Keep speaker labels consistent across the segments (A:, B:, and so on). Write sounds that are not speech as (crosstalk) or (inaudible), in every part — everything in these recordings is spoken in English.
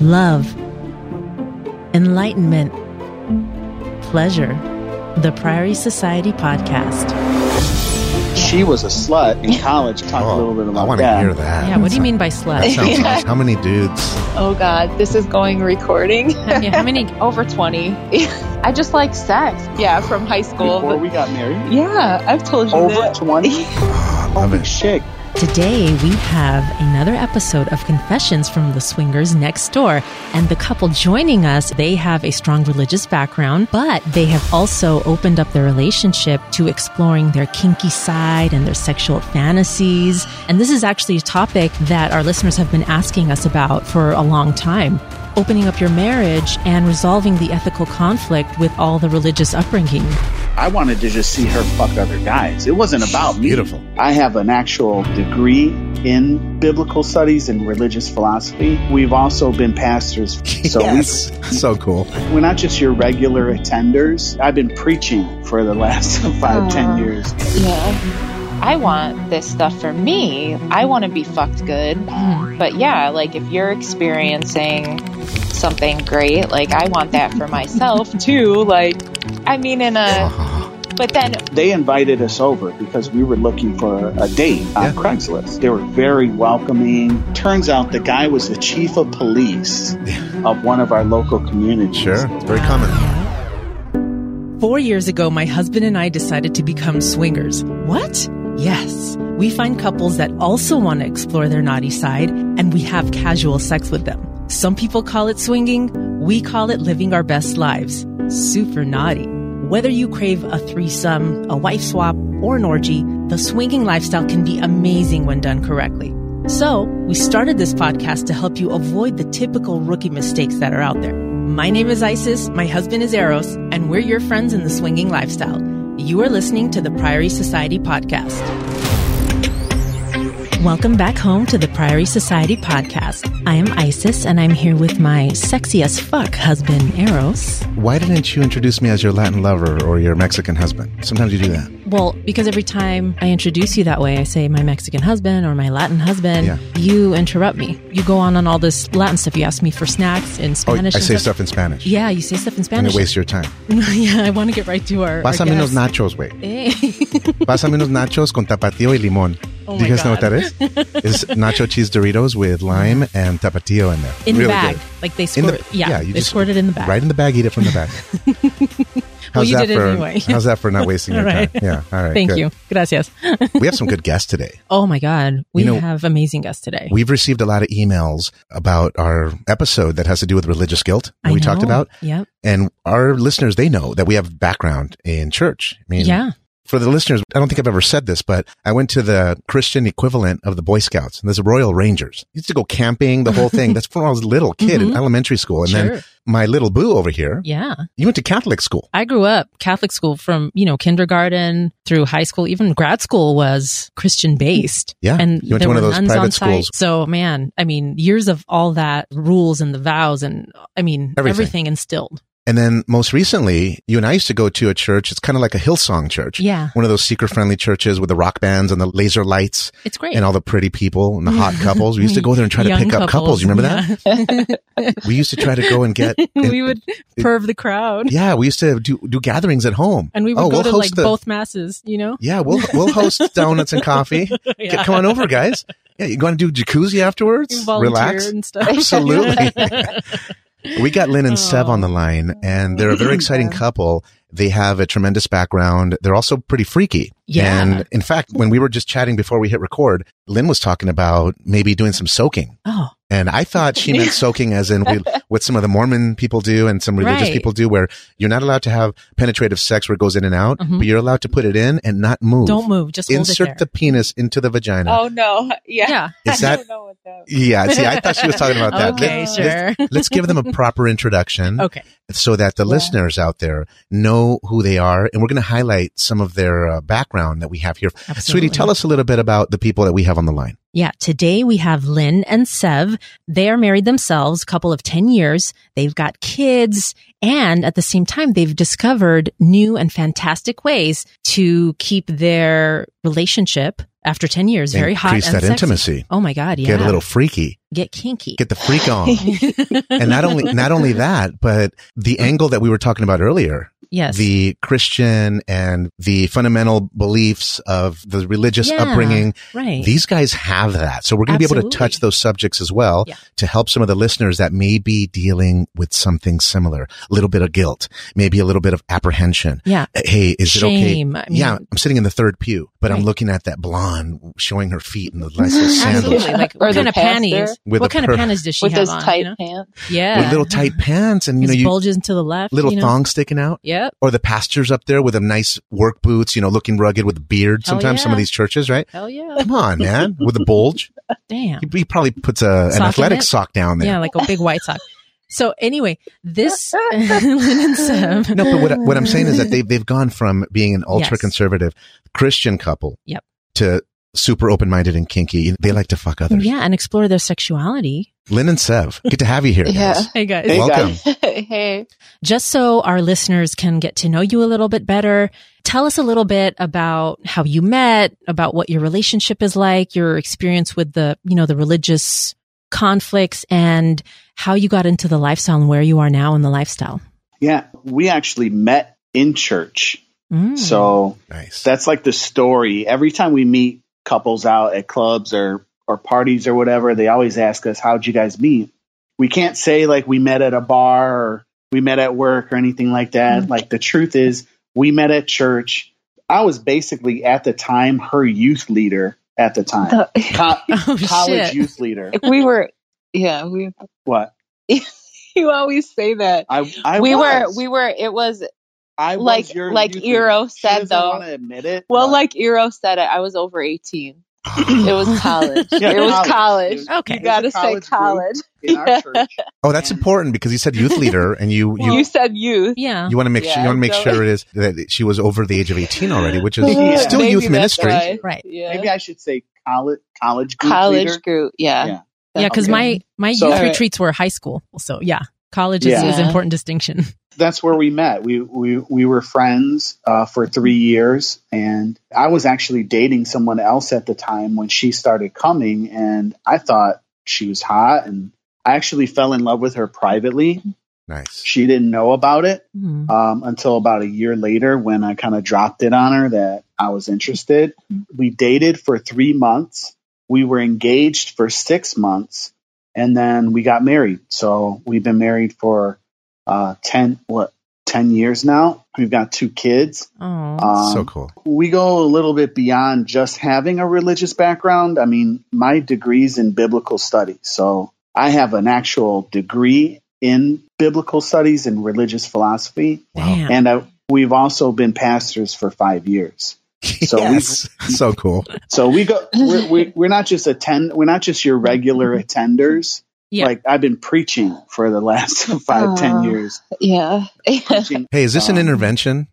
A: love, enlightenment, pleasure. The Priory Society Podcast.
B: She was a slut in college. Talk a little bit
C: Oh, I
B: about
C: want to
B: that.
C: hear that.
A: Yeah, what do you
C: That
A: mean by
C: sounds- That (laughs)
A: slut? (laughs)
C: sounds nice. How many dudes?
D: Oh God, this is going recording. (laughs)
A: yeah, how many?
D: Over 20. (laughs) I just like sex. Yeah, from high school.
B: Before
D: but-
B: we got married,
D: yeah, I've told you
B: over
D: that.
B: twenty.
C: Love
B: Holy
C: it.
B: shit!
A: Today, we have another episode of Confessions from the Swingers Next Door. And the couple joining us, they have a strong religious background, but they have also opened up their relationship to exploring their kinky side and their sexual fantasies. And this is actually a topic that our listeners have been asking us about for a long time. Opening up your marriage and resolving the ethical conflict with all the religious upbringing.
B: I wanted to just see her fuck other guys. It wasn't about me.
C: Beautiful.
B: I have an actual degree in biblical studies and religious philosophy. We've also been pastors, so
C: yes. So cool.
B: we, we're not just your regular attenders. I've been preaching for the last (laughs) five, ten years.
D: Yeah. I want this stuff for me. I want to be fucked good.
A: Mm.
D: But yeah, like if you're experiencing something great, like I want that for myself (laughs) too. Like, I mean, in a,
B: Uh-huh.
C: Oh,
D: but then
B: They invited us over because we were looking for a date on
C: Yeah.
B: Craigslist. They were very welcoming. Turns out the guy was the chief of police of one of our local communities.
C: sure. It's very common.
A: Four years ago, my husband and I decided to become swingers. What? Yes. We find couples that also want to explore their naughty side, and we have casual sex with them. Some people call it swinging, we call it living our best lives. Super naughty. Whether you crave a threesome, a wife swap, or an orgy, the swinging lifestyle can be amazing when done correctly. So, we started this podcast to help you avoid the typical rookie mistakes that are out there. My name is Isis, my husband is Eros, and we're your friends in the swinging lifestyle. You are listening to the Priory Society Podcast. Welcome back home to the Priory Society Podcast. I am Isis, and I'm here with my sexy as fuck husband, Eros.
C: Why didn't you introduce me as your Latin lover or your Mexican husband? Sometimes you do that.
A: Well, because every time I introduce you that way, I say my Mexican husband or my Latin husband,
C: Yeah.
A: you (laughs) interrupt me. You go on on all this Latin stuff. You ask me for snacks in
C: Oh,
A: Spanish.
C: I
A: and
C: say stuff in Spanish.
A: Yeah, you say stuff in
C: And it
A: Spanish.
C: wastes your time.
A: yeah, I want to (laughs) get right to our. our
C: Pásame unos
A: guest. Eh.
C: nachos,
A: (laughs)
C: güey.
A: Hey.
C: Pásame unos nachos con tapatio y limón.
A: Oh
C: do you
A: my
C: guys know what
A: God.
C: that
A: (laughs)
C: is? It's nacho cheese Doritos with lime and tapatio in there.
A: in
C: really
A: the bag.
C: Good.
A: Like they
C: In
A: squirt. yeah,
C: you
A: they
C: just
A: squirt it in the bag.
C: Right in the bag, eat it from the
A: (laughs)
C: bag. How's
A: you
C: that
A: did it
C: for,
A: anyway.
C: How's that for not
A: (laughs)
C: wasting your
A: All right.
C: time? Yeah. All right.
A: Thank
C: good.
A: you. Gracias.
C: We have some good guests today.
A: Oh my God. We
C: You know-
A: have amazing guests today.
C: We've received a lot of emails about our episode that has to do with religious guilt that
A: I
C: we talked
A: know.
C: about.
A: Yep.
C: And our listeners, they know that we have background in church. I mean,
A: Yeah.
C: for the listeners, I don't think I've ever said this, but I went to the Christian equivalent of the Boy Scouts, and there's Royal Rangers. I used to go camping, the whole
A: (laughs)
C: thing. That's when I was a little kid in elementary school. And
A: Mm-hmm. Sure.
C: then my little boo over here,
A: Yeah.
C: you went to Catholic school.
A: I grew up Catholic school from, you know, kindergarten through high school, even grad school was Christian based.
C: Mm. Yeah.
A: And
C: You went to
A: there
C: one
A: were
C: of those
A: nuns on
C: private
A: site.
C: schools.
A: So man, I mean, years of all that rules and the vows and I mean,
C: Everything.
A: instilled.
C: And then most recently, you and I used to go to a church. It's kind of like a Hillsong church.
A: Yeah.
C: One of those seeker friendly churches with the rock bands and the laser lights
A: It's great.
C: and all the pretty people and the
A: (laughs)
C: hot couples. We used to go there and try to
A: Young
C: pick up couples. You remember
A: (laughs)
C: that? We used to try to go and get.
A: Yeah. (laughs) we would perv the crowd
C: Yeah, we used to do do gatherings at home,
A: and we would
C: Oh,
A: go
C: we'll
A: to
C: host
A: like
C: the-
A: both masses,
C: (laughs)
A: you know?
C: Yeah, we'll we'll
A: (laughs)
C: host donuts and coffee. Get-
A: Yeah.
C: come on over, guys. Yeah, you going to do jacuzzi afterwards?
A: Volunteer
C: Relax.
A: and
C: (laughs)
A: (laughs) stuff.
C: Absolutely. We got Lynn and Seb
A: Oh.
C: on the line, and they're a
A: (laughs)
C: very exciting
D: Yeah.
C: couple. They have a tremendous background. They're also pretty freaky.
A: Yeah.
C: And in fact, when we were just chatting before we hit record, Lynn was talking about maybe doing some soaking.
A: oh,
C: And I thought she meant soaking as
A: (laughs)
C: in we, what some of the Mormon people do and some religious
A: Right.
C: people do, where you're not allowed to have penetrative sex where it goes in and out,
A: Mhm.
C: but you're allowed to put it in and not move.
A: don't move. Just
C: Insert
A: hold it
C: the
A: there.
C: penis into the vagina.
D: oh no. Yeah. (laughs)
A: yeah.
C: Is that?
D: I don't know what that
C: Yeah. See, I thought she was talking about
A: (laughs)
C: that.
A: Okay,
C: Let's-
A: sure.
C: let's, let's give them
A: (laughs)
C: a proper introduction
A: Okay.
C: so that the
D: Yeah.
C: listeners out there know who they are. And we're going to highlight some of their uh, background that we have here.
A: Absolutely.
C: Sweetie, tell us a little bit about the people that we have on the line.
A: Yeah, today we have Lynn and Sev. They are married themselves, couple of 10 years. They've got kids. And at the same time, they've discovered new and fantastic ways to keep their relationship After 10 years, very hot.
C: Increase
A: and
C: that
A: sexy.
C: intimacy.
A: Oh my God. Yeah.
C: Get a little freaky.
A: Get kinky.
C: Get the freak
A: (laughs)
C: on. and not only not only that, but the angle that we were talking about earlier,
A: yes.
C: the Christian and the fundamental beliefs of the religious
A: Yeah.
C: upbringing,
A: right.
C: these guys have that. So we're going to be able to
A: Absolutely.
C: touch those subjects as well
A: Yeah.
C: to help some of the listeners that may be dealing with something similar, a little bit of guilt, maybe a little bit of apprehension. Uh,
A: yeah.
C: Hey, is it okay?
A: Shame. I mean-
C: yeah, I'm sitting in the third pew, but I'm
A: Right.
C: looking at that blonde showing her feet in the nice little sandals
A: (laughs) Absolutely. Like
D: Or
A: what
D: the
A: kind of
D: pastor
A: panties?
C: with
A: What
C: a
A: kind
C: per-
A: of panties does she
D: with
A: have
D: those
A: on?
D: tight
A: you know?
D: pants. (laughs)
A: Yeah.
C: with little tight pants and you know
A: His
C: you
A: bulges to the left.
C: little
A: you know?
C: thongs sticking out.
A: Yep.
C: Or the pastors up there with them nice work boots, you know, looking rugged with a beard.
A: Hell
C: Sometimes some of
A: Oh, yeah.
C: these churches, right?
A: Hell yeah.
C: Come
A: (laughs)
C: on, man, with a bulge.
A: Damn.
C: He, he probably puts a,
A: Sock
C: an
A: in
C: athletic
A: it?
C: sock down there.
A: Yeah, like a big white sock. So anyway,
B: (laughs)
A: this (laughs) Lynn and Seb.
C: No, but what, I- what I'm saying is that they've, they've gone from being an ultra conservative Christian couple
A: Yep.
C: to super open minded and kinky. They like to fuck others.
A: yeah, and explore their sexuality.
C: Lynn and Sev, good to have
B: (laughs)
C: you here.
D: Yeah.
C: guys.
A: Hey guys,
B: Hey, guys.
C: Welcome.
D: hey.
A: just so our listeners can get to know you a little bit better, tell us a little bit about how you met, about what your relationship is like, your experience with the, you know, the religious conflicts and how you got into the lifestyle and where you are now in the lifestyle.
B: Yeah, we actually met in church.
A: Mm.
B: So
C: Nice.
B: that's like the story. Every time we meet couples out at clubs or or parties or whatever, they always ask us, "How'd you guys meet?" We can't say like we met at a bar or we met at work or anything like
D: Mm-hmm.
B: that. Like the truth is, we met at church. I was basically at the time her youth leader at the time, (laughs) Co-
D: (laughs)
A: oh,
B: college
A: shit.
B: youth leader.
D: we were, yeah, we, (laughs)
B: What
D: you always say that.
B: I, I
D: we
B: was.
D: were, we were, it was,
B: I was
D: like-
B: your
D: like
B: youth leader.
D: Eero
B: She
D: said,
B: doesn't
D: though.
B: wanna admit it.
D: well,
B: but-
D: like Eero said it, I was over 18. It was college.
B: Oh. (laughs) Yeah,
D: it was college.
B: It was-
A: Okay.
D: You gotta
B: It was a college
D: say
B: group.
D: college.
B: in our
D: (laughs) Yeah.
B: church.
C: oh, that's important because you said youth leader and you, you,
D: You, said youth.
A: Yeah.
C: you want to make sure, you
D: Yeah,
C: want to make
D: so-
C: sure it is that she was over the age of 18 already, which
D: (laughs)
C: is
B: Yeah.
C: still
D: Maybe
C: youth
D: that's
C: ministry.
D: why.
A: Right.
D: Yeah.
B: Maybe I should say college college group
D: college
B: leader.
D: group. Yeah.
B: Yeah.
A: Yeah, because
B: Okay.
A: my my
B: So-
A: youth
D: Alright.
A: retreats were high school, so yeah, college is,
B: Yeah.
A: is an important distinction.
B: That's where we met. We we we were friends uh, for three years, and I was actually dating someone else at the time when she started coming, and I thought she was hot, and I actually fell in love with her privately.
C: Nice.
B: She didn't know about it.
A: Hmm.
B: um, until about a year later when I kind of dropped it on her that I was interested. We dated for three months. We were engaged for six months, and then we got married. So we've been married for uh, ten what ten years now. We've got two kids.
A: Oh,
B: Um,
C: so cool.
B: we go a little bit beyond just having a religious background. I mean, my degree's in biblical studies. So I have an actual degree in biblical studies and religious philosophy. (laughs)
A: damn.
B: And uh, we've also been pastors for five years. (laughs) So we-
C: yes. (laughs) so cool.
B: So we go, we're, we, we're not just attend, we're not just your regular attenders.
A: Mm-hmm. Yeah.
B: Like I've been preaching for the last (laughs) five, ten
D: Aw.
B: years.
D: (laughs) Yeah.
B: Preaching.
C: Hey, is this an
B: Um,
C: intervention?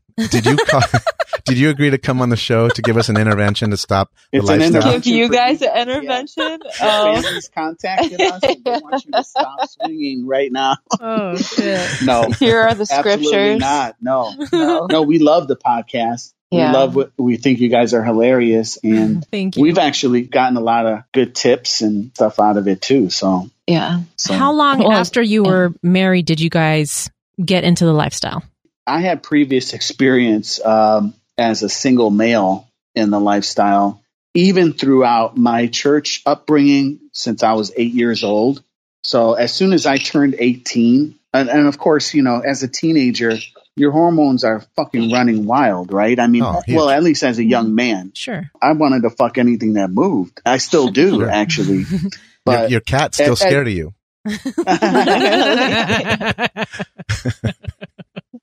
B: (laughs)
C: Did you call, (laughs) did you agree to come on the show to give us an intervention to stop the
B: It's an
C: lifestyle?
B: intervention.
D: Give you
B: for
D: guys
B: you. (laughs)
D: an intervention.
B: Your
D: Oh.
B: Families contacted us. And they want
D: (laughs)
B: you to stop swinging right now.
A: oh shit.
B: No,
D: Here are the
B: absolutely
D: scriptures.
B: not. No,
D: (laughs) No.
B: no. We love the podcast.
D: Yeah. Mm-hmm.
B: We love what we think. You guys are hilarious, and
A: Thank you.
B: we've actually gotten a lot of good tips and stuff out of it too. So,
D: Yeah.
B: so
A: How long
D: Well,
A: after you were married did you guys get into the lifestyle?
B: I had previous experience um, as a single male in the lifestyle, even throughout my church upbringing since I was eight years old. So as soon as I turned 18, and, and of course, you know, as a teenager, your hormones are fucking running wild, right? I mean,
C: Oh, huge.
B: well, at least as a young man,
A: Sure.
B: I wanted to fuck anything that moved. I still do,
C: Sure.
B: actually.
C: Your,
B: But
C: your cat's still
B: Uh, uh,
C: scared of you.
B: (laughs)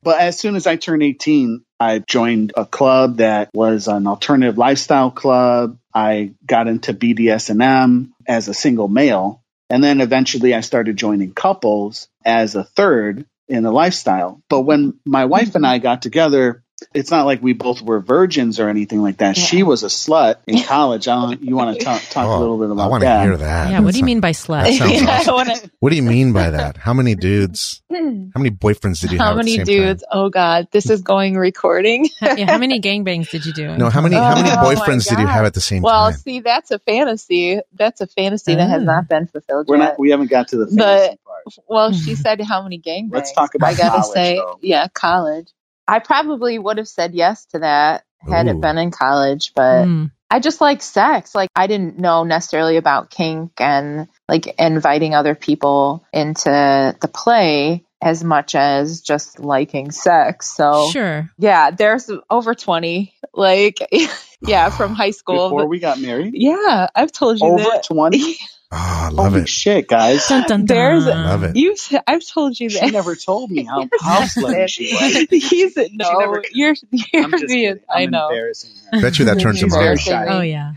B: But as soon as I turned 18, I joined a club that was an alternative lifestyle club. I got into BDSM as a single male. And then eventually I started joining couples as a third in the lifestyle. But when my wife and I got together, it's not like we both were virgins or anything like that.
D: Yeah.
B: She was a slut in college. I don't, you want to talk, talk a little bit
C: Oh, I
B: about
C: want
B: that?
C: to hear that.
A: Yeah, what do
C: That's-
A: you mean by slut?
C: sounds
D: (laughs) Yeah, I
C: awesome.
D: wanna-
C: What do you mean by that? How many dudes?
B: (laughs)
C: How many boyfriends did you have?
D: (laughs) how
C: at the
D: many
C: same
D: dudes? Oh God, this is going recording.
A: yeah, how many gangbangs did you do?
C: Time? No, how many? how many
D: Oh, my
C: boyfriends did you
D: God.
C: have at the same
D: Well,
C: time?
D: see, that's a fantasy. That's a fantasy that has
A: Oh.
D: not been fulfilled
B: We're
D: yet.
B: not, we haven't got to the
D: But-
B: fantasy part.
A: (laughs)
D: Well, she said how many gangbangs.
B: Let's talk about
D: I gotta
B: college,
D: say,
B: though.
D: yeah, college. I probably would have said yes to that had
C: Ooh.
D: it been in college, but
A: (laughs) Mm.
D: I just like sex. Like I didn't know necessarily about kink and like inviting other people into the play as much as just liking sex. So
A: Sure.
D: yeah, there's over twenty. Like (laughs) yeah, from high school.
B: Before
D: But-
B: we got married,
D: yeah, I've told (laughs) you
B: over
D: that. (laughs)
B: 20.
C: Ah, I love
B: Holy
C: it.
B: shit, guys.
A: Dun, dun, dun.
D: There's-
C: Love
D: (laughs)
C: it.
D: You've I've told (laughs) you
B: She
D: that.
B: never told me
D: (laughs)
B: how, how slut she was.
D: He's no.
B: never-
D: you're (laughs) you're
B: I'm just
D: being.
B: kidding. I'm
D: I know.
B: embarrassing her.
C: Bet you that turns him on.
B: Embarrassing.
A: Oh (laughs) yeah.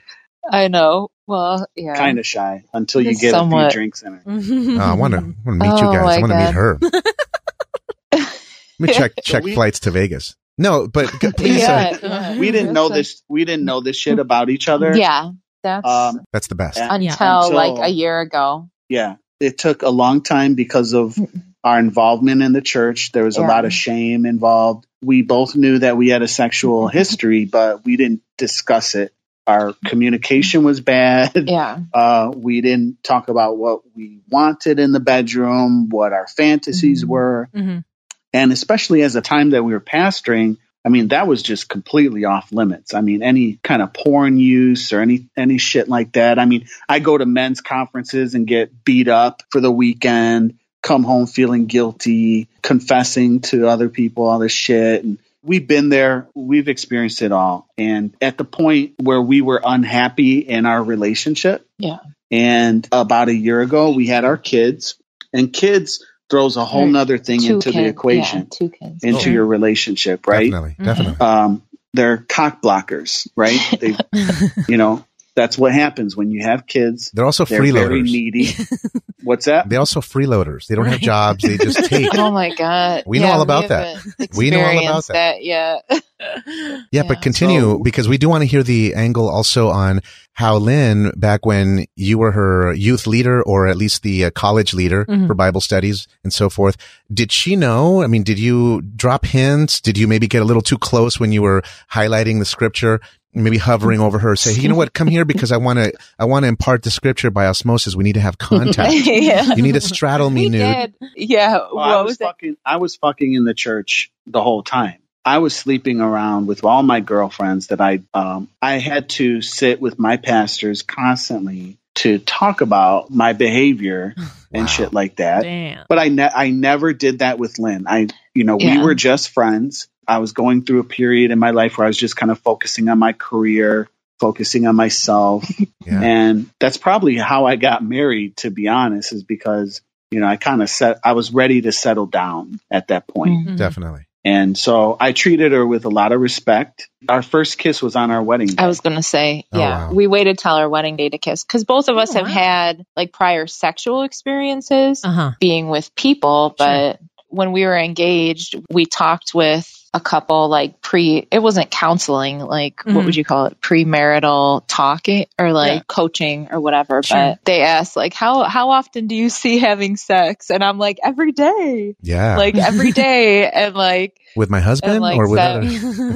D: I know. Well, yeah.
B: Kind of shy until you get a
D: Somewhat. Mm-hmm,
B: few drinks in her.
C: Oh, I want to meet
D: Oh,
C: you guys. I
D: my
C: want to meet
D: God.
C: her.
D: (laughs)
C: Let
B: (laughs)
C: me check check
B: we-
C: flights to Vegas. No, but
D: (laughs)
C: g- please. Uh,
D: Yeah,
A: (laughs) uh,
D: yeah.
B: We didn't know this. We didn't know this shit about each other.
D: Yeah, that's
B: Um,
C: that's the best.
B: and-
D: until,
A: Yeah.
B: until-
D: like a year ago.
B: yeah. It took a long time because of our involvement in the church. There was a
D: Mm-hmm. Yeah.
B: lot of shame involved. We both knew that we had a sexual
D: Mm-hmm.
B: history, but we didn't discuss it. Our communication was bad.
D: Yeah,
B: Uh, we didn't talk about what we wanted in the bedroom, what our fantasies
D: Mhm.
B: were.
A: Mhm.
B: And especially as the time that we were pastoring, I mean, that was just completely off limits. I mean, any kind of porn use or any any shit like that. I mean, I go to men's conferences and get beat up for the weekend, come home feeling guilty, confessing to other people all this shit. And we've been there, we've experienced it all. And at the point where we were unhappy in our relationship,
D: Yeah.
B: And about a year ago, we had our kids, and kids throws a whole
D: Right.
B: nother thing
D: two
B: into
D: kids.
B: the equation
D: Yeah, two kids.
B: into
A: Sure.
B: your relationship, right?
C: Definitely,
D: Mm-hmm.
A: Mhm.
C: definitely.
B: Um, they're cock blockers,
D: (laughs)
B: right? They, you know, that's what happens when you have kids.
C: They're also
B: They're very
C: freeloaders.
D: (laughs)
B: needy. What's that?
C: They also freeloaders. They don't have
A: Right.
C: jobs. They just
D: (laughs)
C: take.
D: (laughs) Oh my god!
C: We know all about that.
D: haven't
C: We know all about
D: experienced
C: that.
D: Yeah.
C: Yeah, but continue
B: So-
C: because we do want to hear the angle also on how Lynn, back when you were her youth leader or at least the uh, college leader
A: Mhm.
C: for Bible studies and so forth, did she know? I mean, did you drop hints? Did you maybe get a little too close when you were highlighting the scripture? Maybe hovering over her, say, "Hey, you know what? Come here because I want to. I want to impart the scripture by osmosis. We need to have contact.
D: (laughs) yeah.
C: you need to straddle me
D: We
C: nude.
D: did. Yeah.
B: Well, I
D: what
B: was,
D: was it?
B: fucking. I was fucking in the church the whole time. I was sleeping around with all my girlfriends that I um, I had to sit with my pastors constantly to talk about my behavior
C: Wow.
B: and shit like that.
A: Damn.
B: But I ne- I never did that with Lynn. I you know,
D: Yeah.
B: we were just friends. I was going through a period in my life where I was just kind of focusing on my career, focusing on
D: (laughs)
B: myself.
C: Yeah.
B: And that's probably how I got married to be honest is because you know, I kind of set I was ready to settle down at that point.
D: Mhm.
A: Mhm.
C: Definitely.
B: And so I treated her with a lot of respect. Our first kiss was on our wedding day.
D: I was gonna say,
C: Oh,
D: yeah,
C: wow.
D: we waited till our wedding day to kiss because both of us
A: Oh,
D: have
A: wow.
D: had like prior sexual experiences
A: Uh huh.
D: being with people, but when we were engaged, we talked with a couple like pre it wasn't counseling like
A: Mhm.
D: what would you call it premarital talking or like
B: Yeah.
D: coaching or whatever
A: Sure.
D: but they asked like how how often do you see having sex and i'm like every day
C: Yeah.
D: like every day and like
C: with my husband
D: like
C: or without.
D: that-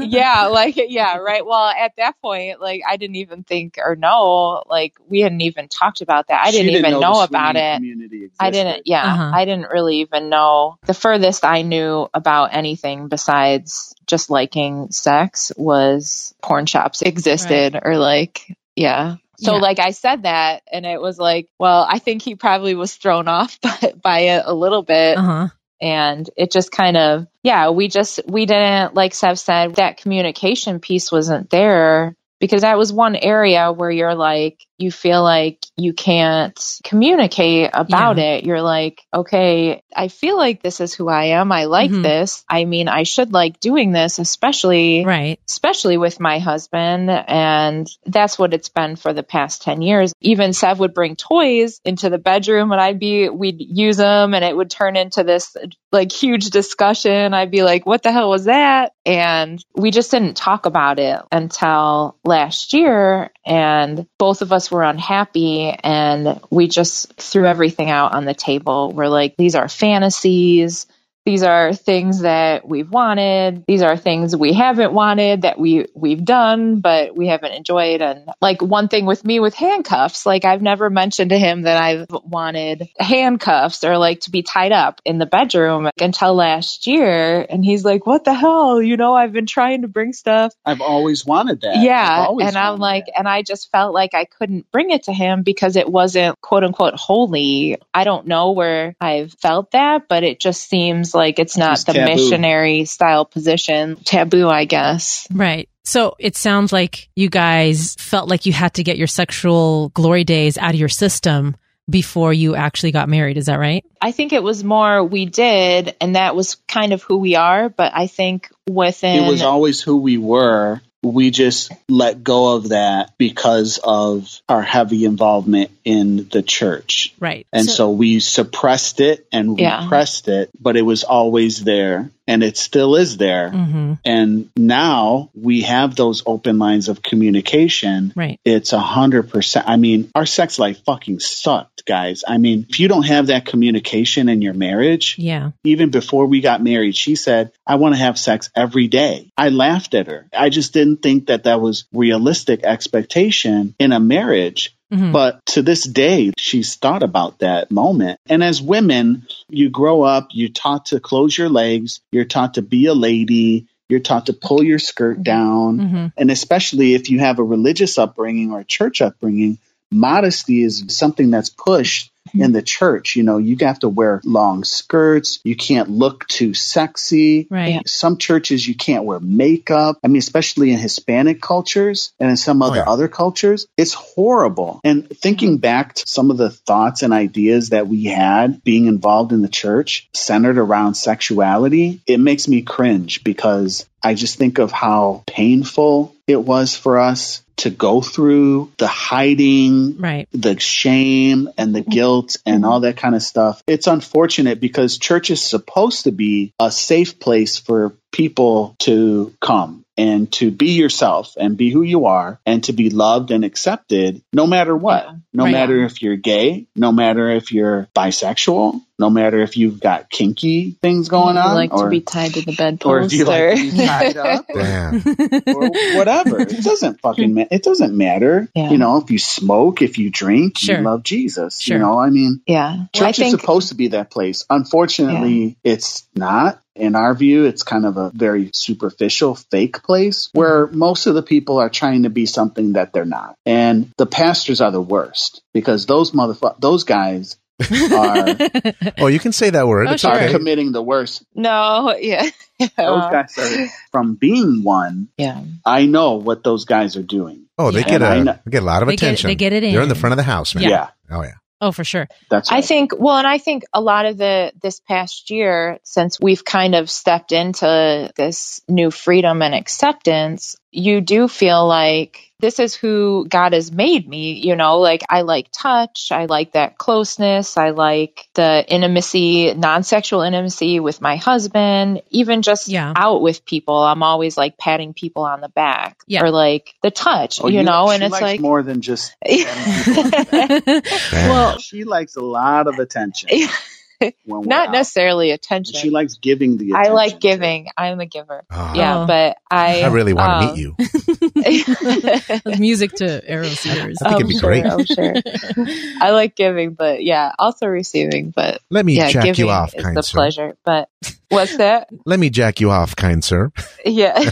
C: a-
D: yeah, like yeah, right. Well, at that point, like I didn't even think or know, like we hadn't even talked about that. I
B: She
D: didn't even
B: the
D: know
B: swimming
D: about it.
B: community
D: I
B: existed.
D: didn't yeah,
A: Uh-huh.
D: I didn't really even know. The furthest I knew about anything besides just liking sex was porn shops existed or like yeah. So
A: Yeah.
D: like I said that and it was like, well, I think he probably was thrown off (laughs) by, by it a little bit
A: Uh huh.
D: and it just kind of yeah we just we didn't like Sev said that communication piece wasn't there because that was one area where you're like you feel like you can't communicate about it you're like okay i feel like this is who i am i like
A: Mhm.
D: this i mean i should like doing this especially
A: Right.
D: especially with my husband. And that's what it's been for the past 10 years. Even Sev would bring toys into the bedroom and I'd be, we'd use them and it would turn into this like huge discussion. I'd be like, what the hell was that? And we just didn't talk about it until last year. And both of us were unhappy and we just threw everything out on the table. We're like, these are fantasies. These are things that we've wanted. These are things we haven't wanted that we we've done but we haven't enjoyed and like one thing with me with handcuffs, like I've never mentioned to him that I've wanted handcuffs or like to be tied up in the bedroom until last year and he's like what the hell, you know, I've been trying to bring stuff
B: I've always wanted that. I've
D: yeah.
B: always
D: And I'm
B: wanted
D: like,
B: that.
D: and I just felt like I couldn't bring it to him because it wasn't quote unquote holy. I don't know where I've felt that, but it just seems like it's not
B: It's
D: the
B: taboo.
D: missionary style position. Taboo, I guess.
A: Right. So it sounds like you guys felt like you had to get your sexual glory days out of your system before you actually got married. Is that right?
D: I think it was more we did, and that was kind of who we are. But I think within
B: it was always who we were. We just let go of that because of our heavy involvement in the church.
A: Right.
B: And so, we suppressed it and
D: Yeah.
B: repressed it, but it was always there and it still is there.
A: hmm
B: And now we have those open lines of communication
A: Right.
B: it's a hundred percent. I mean, our sex life fucking sucked, guys. I mean, if you don't have that communication in your marriage,
A: Yeah.
B: even before we got married, she said, I want to have sex every day. I laughed at her. I just didn't think that that was realistic expectation in a marriage.
A: Mhm.
B: But to this day, she's thought about that moment. And as women, you grow up, you're taught to close your legs, you're taught to be a lady, you're taught to pull your skirt down.
A: hmm
B: And especially if you have a religious upbringing or a church upbringing, modesty is something that's pushed in the church. You know, you have to wear long skirts, you can't look too sexy.
A: Right.
D: Yeah.
B: Some churches you can't wear makeup. I mean, especially in Hispanic cultures and in some other
C: yeah.
B: other cultures, it's horrible. And thinking back to some of the thoughts and ideas that we had being involved in the church centered around sexuality, it makes me cringe because I just think of how painful it was for us to go through the hiding,
A: Right.
B: the shame and the guilt and all that kind of stuff. It's unfortunate because church is supposed to be a safe place for people to come and to be yourself and be who you are and to be loved and accepted no matter what.
D: Yeah.
B: No
A: Right.
B: matter if you're gay, no matter if you're bisexual, no matter if you've got kinky things going
D: you
B: on
D: like
B: or,
D: to be tied to the
B: (laughs) or if
D: bedpost.
B: you
D: or-
B: like to be tied
D: (laughs)
B: up or
C: Damn.
B: or whatever. It doesn't fucking ma- it doesn't matter.
D: Yeah.
B: You know, if you smoke, if you drink,
A: Sure.
B: you love Jesus.
A: Sure.
B: You know, I mean,
D: yeah.
B: church
D: I
B: is
D: think
B: supposed to be that place. Unfortunately, it's not. In our view, it's kind of a very superficial, fake place
D: Mm-hmm.
B: where most of the people are trying to be something that they're not. And the pastors are the worst because those motherfuckers, those
D: (laughs)
B: guys are,
C: Oh, you can say that word.
A: Oh,
C: It's
A: sure.
B: are
C: okay.
B: committing the worst.
D: no, (laughs) yeah. Uh-huh.
B: Those guys are, from being one,
D: yeah.
B: I know what those guys are doing.
C: Oh, they
A: Yeah.
C: get
B: I
C: a
B: know.
C: they get a lot of
A: They get-
C: attention.
A: they get it in.
C: They're in the front of the house, man.
A: Yeah.
B: yeah
C: Oh yeah.
A: oh, for
B: (laughs)
A: sure.
B: that's
D: I
B: right.
D: think well, and I think a lot of the this past year, since we've kind of stepped into this new freedom and acceptance, you do feel like this is who God has made me, you know, like I like touch, I like that closeness, I like the intimacy, non-sexual intimacy with my husband, even just
A: Yeah.
D: out with people. I'm always like patting people on the back
A: Yeah.
D: or like the touch,
B: Oh,
D: you, know,
B: she
D: and it's
B: likes
D: like
B: more than
D: (laughs)
B: just (laughs)
A: well,
B: she likes a lot of
D: (laughs)
B: attention. when we're
D: not
B: out.
D: necessarily
B: And
D: attention.
B: She likes giving the.
D: I
B: attention,
D: like
B: too.
D: giving. I'm a giver.
C: Oh,
A: Oh.
D: Yeah, Uh, but I um,
C: I really want to meet
D: (laughs)
C: you.
D: you.
A: music to Arrow's ears.
C: I think it'd be great.
D: I'm
B: Oh,
D: sure. I like giving, but yeah, also receiving, but
C: Let me
D: yeah,
C: jack
D: giving
C: you off,
D: is
C: kind
D: the
C: sir.
D: pleasure. But what's that?
C: Let me jack you off, kind sir. (laughs)
D: Yeah.
A: (laughs)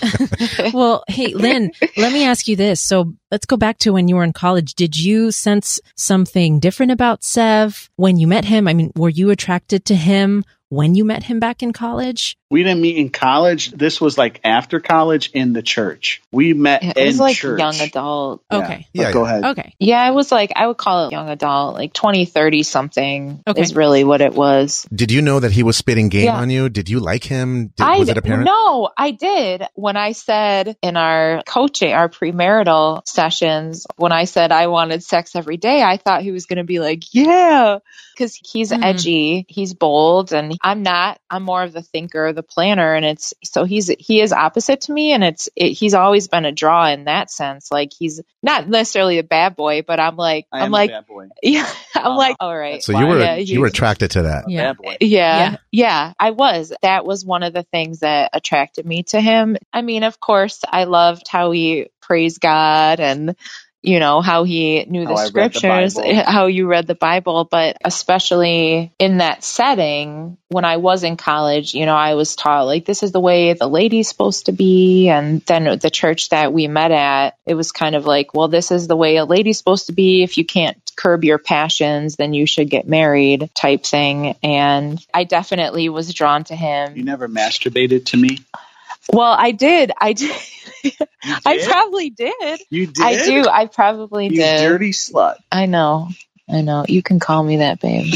D: (laughs)
A: well, hey, Lynn, let me ask you this. So let's go back to when you were in college. Did you sense something different about Sev when you met him? I mean, were you attracted to him when you met him back in college?
B: We didn't meet in college. This was like after college in the church. We met
D: It
B: in
D: was like
B: church.
D: young adult.
B: Yeah.
A: Okay.
B: But
C: Yeah,
B: go
C: yeah.
B: ahead.
A: Okay.
D: Yeah, I was like, I would call it young adult, like 20, 30 something
A: Okay.
D: is really what it was.
C: Did you know that he was spitting game
D: Yeah.
C: on you? Did you like him? Did,
D: I
C: was it apparent?
D: No, I did. When I said in our coaching, our premarital sessions, when I said I wanted sex every day, I thought he was going to be like, yeah, because he's
B: Hmm.
A: Mhm.
D: edgy, he's bold, and I'm not. I'm more of the thinker, the planner, and it's so he's he is opposite to me, and it's it, he's always been a draw in that sense. Like he's not necessarily a bad boy, but I'm like
B: I
D: I'm
B: am
D: like
B: a bad boy.
D: (laughs) yeah, I'm
B: Uh,
D: like all right.
C: So you were
D: yeah,
C: you were
D: he's-
C: attracted to that. (laughs)
B: A
A: Yeah.
B: bad boy.
D: yeah,
A: Yeah.
D: yeah. I was. That was one of the things that attracted me to him. I mean, of course, I loved how he praised God and you know how he knew
B: How
D: the
B: I read the
D: scriptures (laughs)
B: Bible.
D: how you read the bible but especially in that setting when i was in college you know i was taught like this is the way the lady's supposed to be and then the church that we met at it was kind of like well this is the way a lady's supposed to be if you can't curb your passions then you should get married type thing and i definitely was drawn to him
B: You never masturbated to me.
D: well i did i did, (laughs)
B: You
D: i
B: did?
D: probably did
B: You did.
D: I do. I probably
B: You
D: did.
B: dirty slut.
D: I know. I know. You can call me that, babe.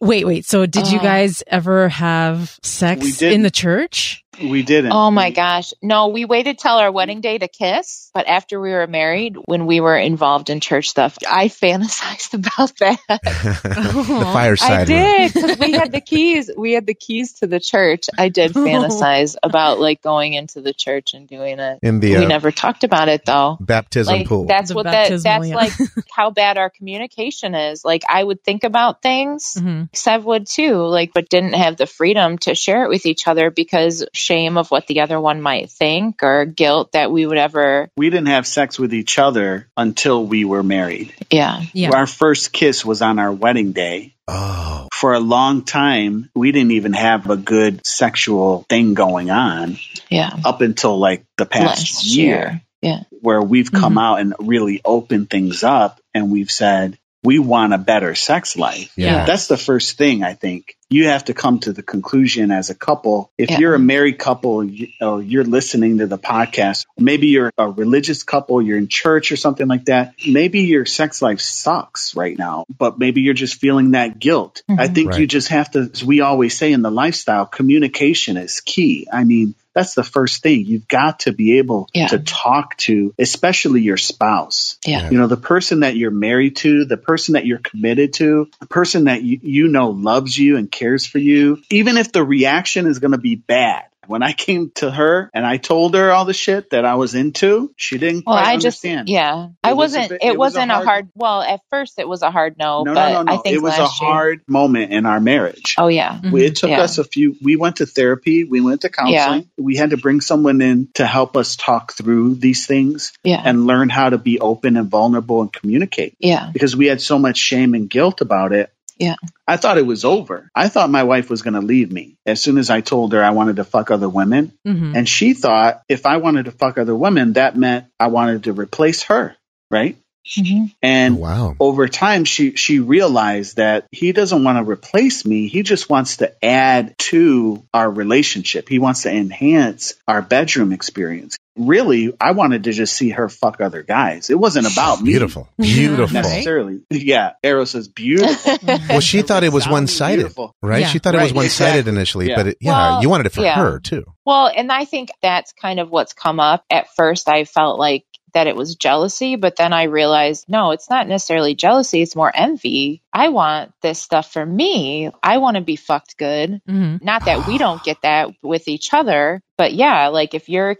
A: Wait, wait. So did you
D: Uh,
A: guys ever have
B: We
A: sex
B: didn't.
A: in the church?
B: We didn't.
D: oh my
B: We-
D: gosh. No, we waited till our wedding day to kiss, but after we were married, when we were involved in church stuff, I fantasized (laughs) about that.
C: the fireside.
D: I
C: one.
D: did 'cause we had the keys. We had the keys to the church. I did fantasize about like going into the church and doing it.
C: in the
D: We
C: uh,
D: never talked about it though.
C: baptism
D: like
C: pool.
D: that's
A: The
D: what that
A: baptismal,
D: that's
A: yeah. (laughs)
D: like how bad our communication is. Like I would think about things
A: Mhm.
D: Sev would too, like, but didn't have the freedom to share it with each other because shame of what the other one might think or guilt that we would ever,
B: We didn't have sex with each other until we were married.
D: yeah.
A: Yeah.
B: Our first kiss was on our wedding day.
C: oh,
B: For a long time, we didn't even have a good sexual thing going on
D: Yeah.
B: up until like the past
D: Last
B: year,
D: year. Mm-hmm. Yeah.
B: where we've come
A: Mhm.
B: out and really opened things up and we've said, we want a better sex life.
A: Yeah.
C: yeah.
B: That's the first thing I think. You have to come to the conclusion as a couple. If
D: Yeah.
B: you're a married couple and you- or you're listening to the podcast, maybe you're a religious couple, you're in church or something like that. Maybe your sex life sucks right now, but maybe you're just feeling that guilt. I
D: Mhm.
B: think you
C: Right.
B: just have to, as we always say in the lifestyle, communication is key. I mean, that's the first thing. You've got to be able
D: Yeah.
B: to talk to, especially your spouse
D: Yeah.
B: you know the person that you're married to the person that you're committed to the person that you, you know loves you and cares for you even if the reaction is going to be bad when i came to her and i told her all the shit that i was into she didn't
D: Well,
B: quite
D: I just,
B: understand
D: yeah, I
B: It was a
D: wasn't,
B: bit-
D: it,
B: it was a
D: wasn't a
B: hard-
D: hard, well, at first it was a hard no,
B: no,
D: but
B: no, no,
D: I
B: no.
D: think
B: It was a
D: last year-
B: hard moment in our marriage.
D: oh yeah.
A: Mhm.
B: We- It took
D: Yeah.
B: us a few. We went to therapy. We went to counseling.
D: Yeah.
B: We had to bring someone in to help us talk through these things
D: Yeah.
B: and learn how to be open and vulnerable and communicate.
D: yeah.
B: because we had so much shame and guilt about it.
D: Yeah.
B: I thought it was over. I thought my wife was going to leave me as soon as I told her I wanted to fuck other women.
D: Mm-hmm.
A: Mhm.
B: And she thought if I wanted to fuck other women, that meant I wanted to replace her. Right.
D: Mhm.
B: And
C: wow.
B: over time, she, she realized that he doesn't want to replace me. He just wants to add to our relationship. He wants to enhance our bedroom experience. Really, I wanted to just see her fuck other guys. It wasn't about me
C: Beautiful. Beautiful.
A: Right?
B: necessarily. (laughs) Yeah, Eros is beautiful.
A: (laughs)
C: Well, she thought it was
B: Resounding
C: one sided,
B: beautiful.
C: right?
A: Yeah.
C: She thought it was
B: Right,
C: one sided
B: exactly.
C: initially,
B: Yeah.
C: but it, yeah,
D: Well,
C: you wanted it for
D: yeah.
C: her too.
D: Well, and I think that's kind of what's come up. At first, I felt like that it was jealousy, but then I realized no, it's not necessarily jealousy, it's more envy. I want this stuff for me. I want to be fucked good.
A: Mhm.
D: Not that we don't get that with each other, but yeah, like if you're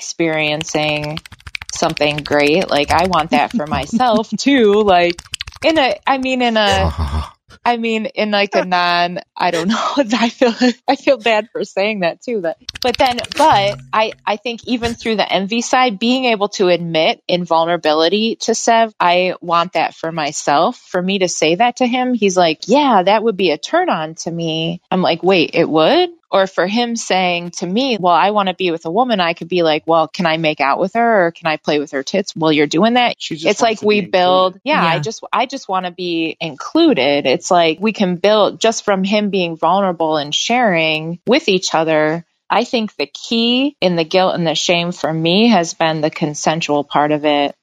D: experiencing something great, like I want that for myself too. Like, in a, I mean, in a,
C: Ah.
D: I mean, in like a non, I don't know. (laughs) I feel I feel bad for saying that too. But but then, but I I think even through the envy side, being able to admit in vulnerability to Sev, I want that for myself. For me to say that to him, he's like, yeah, that would be a turn on to me. I'm like, wait, it would. Or for him saying to me, Well, I want to be with a woman, I could be like, Well, can I make out with her or can I play with her tits? Well, you're doing that.
E: She just
D: It's
E: wants
D: like
E: to
D: we
E: be
D: build, yeah, I
A: Yeah.
D: just I just want to be included. It's like we can build just from him being vulnerable and sharing with each other. I think the key in the guilt and the shame for me has been the consensual part of it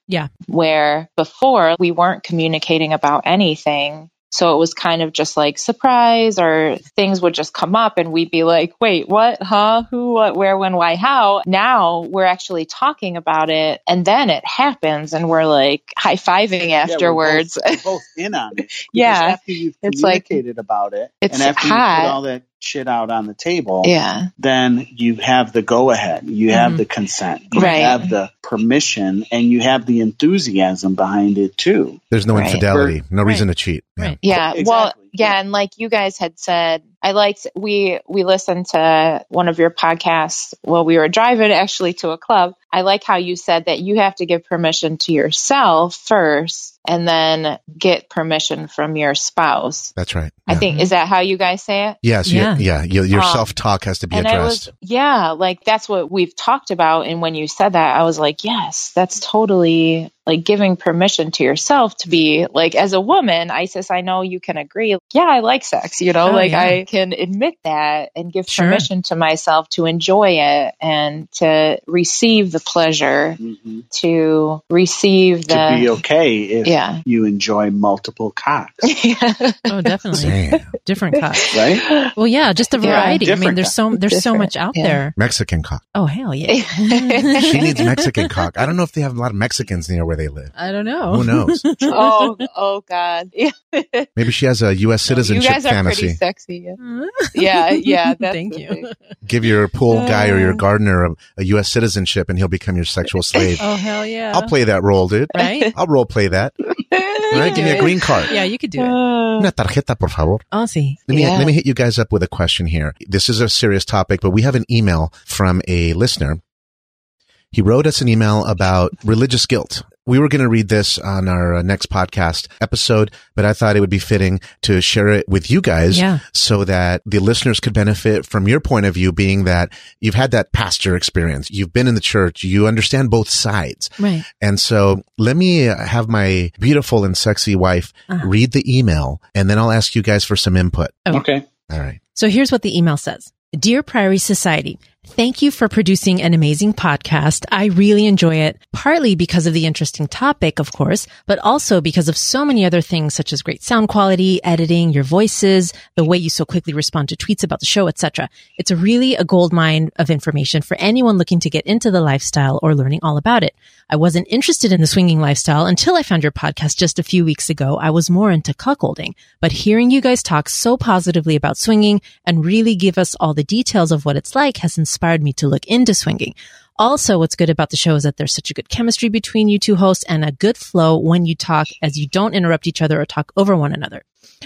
D: where before we weren't communicating about anything. So it was kind of just like surprise, or things would just come up and we'd be like, wait, what, huh, who, what, where, when, why, how. Now we're actually talking about it and then it happens and we're like high fiving
B: Yeah, we're both-
D: afterwards. (laughs)
B: we're both, in on it. Because
D: Yeah.
B: after you've
D: It's like-
B: communicated about it,
D: It's
B: and after you
D: hot.
B: put all that shit out on the table,
D: yeah.
B: then you have the go ahead, you have
A: Mhm.
B: the consent, you
D: Mm-hmm. Right.
B: have the permission, and you have the enthusiasm behind it too.
C: There's no
D: Right.
C: infidelity, no reason to cheat. Yeah.
A: Right.
D: Yeah. Well,
B: Exactly.
D: yeah, and like you guys had said, I liked we we listened to one of your podcasts while we were driving actually to a club. I like how you said that you have to give permission to yourself first and then get permission from your spouse.
C: That's right.
D: I
C: Yeah.
D: think is that how you guys say it?
C: Yes. Yeah. yeah.
A: Yeah.
C: Your, your
D: Um,
C: self talk has to be
D: and I
C: addressed.
D: was yeah, like that's what we've talked about and when you said that I was like, yes, that's totally like giving permission to yourself to be like as a woman, Isis, I know you can agree. Yeah, I like sex, you know,
A: Oh,
D: like
A: yeah.
D: I can admit that and give
A: Sure.
D: permission to myself to enjoy it and to receive the pleasure,
B: Mhm.
D: to receive the
B: to be okay if
D: yeah. (laughs)
B: you enjoy multiple cocks,
A: Oh, definitely
D: (laughs)
C: Damn.
A: different cut.
B: right?
A: Well, yeah, just the
D: Yeah,
A: variety. I mean,
B: different
A: there's so there's so
D: Different,
A: much out
D: yeah.
A: there.
C: Mexican cock.
A: Oh hell yeah!
C: She
D: (laughs)
C: needs Mexican cock. I don't know if they have a lot of Mexicans near where they live.
A: I don't know.
C: Who
D: (laughs)
C: knows?
D: oh, oh God! (laughs) Yeah.
C: Maybe she has a U.S.
D: you
C: citizenship
D: guys are pretty
C: fantasy.
D: sexy. Yeah, yeah. That's
A: Thank
D: the
A: you. (laughs)
D: thing.
C: Give your pool guy or your
A: Uh.
C: gardener a, a U.S. citizenship and he'll become your
D: (laughs)
C: sexual slave.
A: (laughs) Oh hell yeah!
C: I'll play that role, dude.
A: (laughs) Right?
C: I'll role play that. Right? Give me a green card.
A: Yeah, you could do it.
D: Uh,
C: Una tarjeta, por favor.
A: I'll see.
C: Let me,
D: Yeah.
C: let me hit you guys up with a question here. This is a serious topic, but we have an email from a listener. He wrote us an email about religious guilt. We were going to read this on our uh, next podcast episode, but I thought it would be fitting to share it with you guys
A: Yeah.
C: so that the listeners could benefit from your point of view, being that you've had that pastor experience. You've been in the church. You understand both sides.
A: Right.
C: And so let me uh, have my beautiful and sexy wife
A: Uh-huh.
C: read the email and then I'll ask you guys for some input.
B: Okay.
C: All right.
A: So here's what the email says. Dear Priory Society, thank you for producing an amazing podcast. I really enjoy it, partly because of the interesting topic, of course, but also because of so many other things such as great sound quality, editing, your voices, the way you so quickly respond to tweets about the show, etc. It's a really a gold mine of information for anyone looking to get into the lifestyle or learning all about it. I wasn't interested in the swinging lifestyle until I found your podcast just a few weeks ago. I was more into cuckolding, but hearing you guys talk so positively about swinging and really give us all the details of what it's like has inspired me to look into swinging. Also, what's good about the show is that there's such a good chemistry between you two hosts and a good flow when you talk as you don't interrupt each other or talk over one another.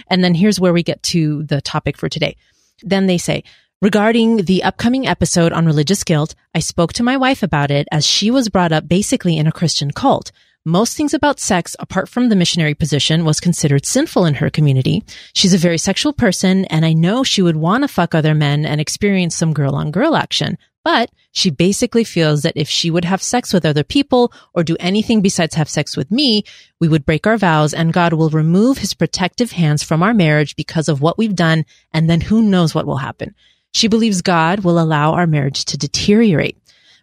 A: And then here's where we get to the topic for today. Then they say, regarding the upcoming episode on religious guilt, I spoke to my wife about it as she was brought up basically in a Christian cult. Most things about sex, apart from the missionary position, was considered sinful in her community. She's a very sexual person, and I know she would want to fuck other men and experience some girl on girl action. But she basically feels that if she would have sex with other people or do anything besides have sex with me, we would break our vows and God will remove his protective hands from our marriage because of what we've done. And then who knows what will happen. She believes God will allow our marriage to deteriorate.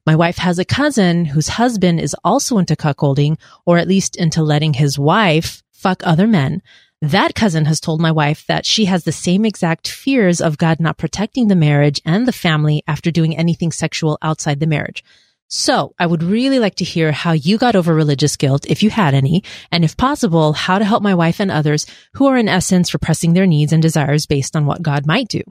A: My wife has a cousin whose husband is also into cuckolding or at least into letting his wife fuck other men. That cousin has told my wife that she has the same exact fears of God not protecting the marriage and the family after doing anything sexual outside the marriage. So I would really like to hear how you got over religious guilt, if you had any, and if possible, how to help my wife and others who are in essence repressing their needs and desires based on what God might do.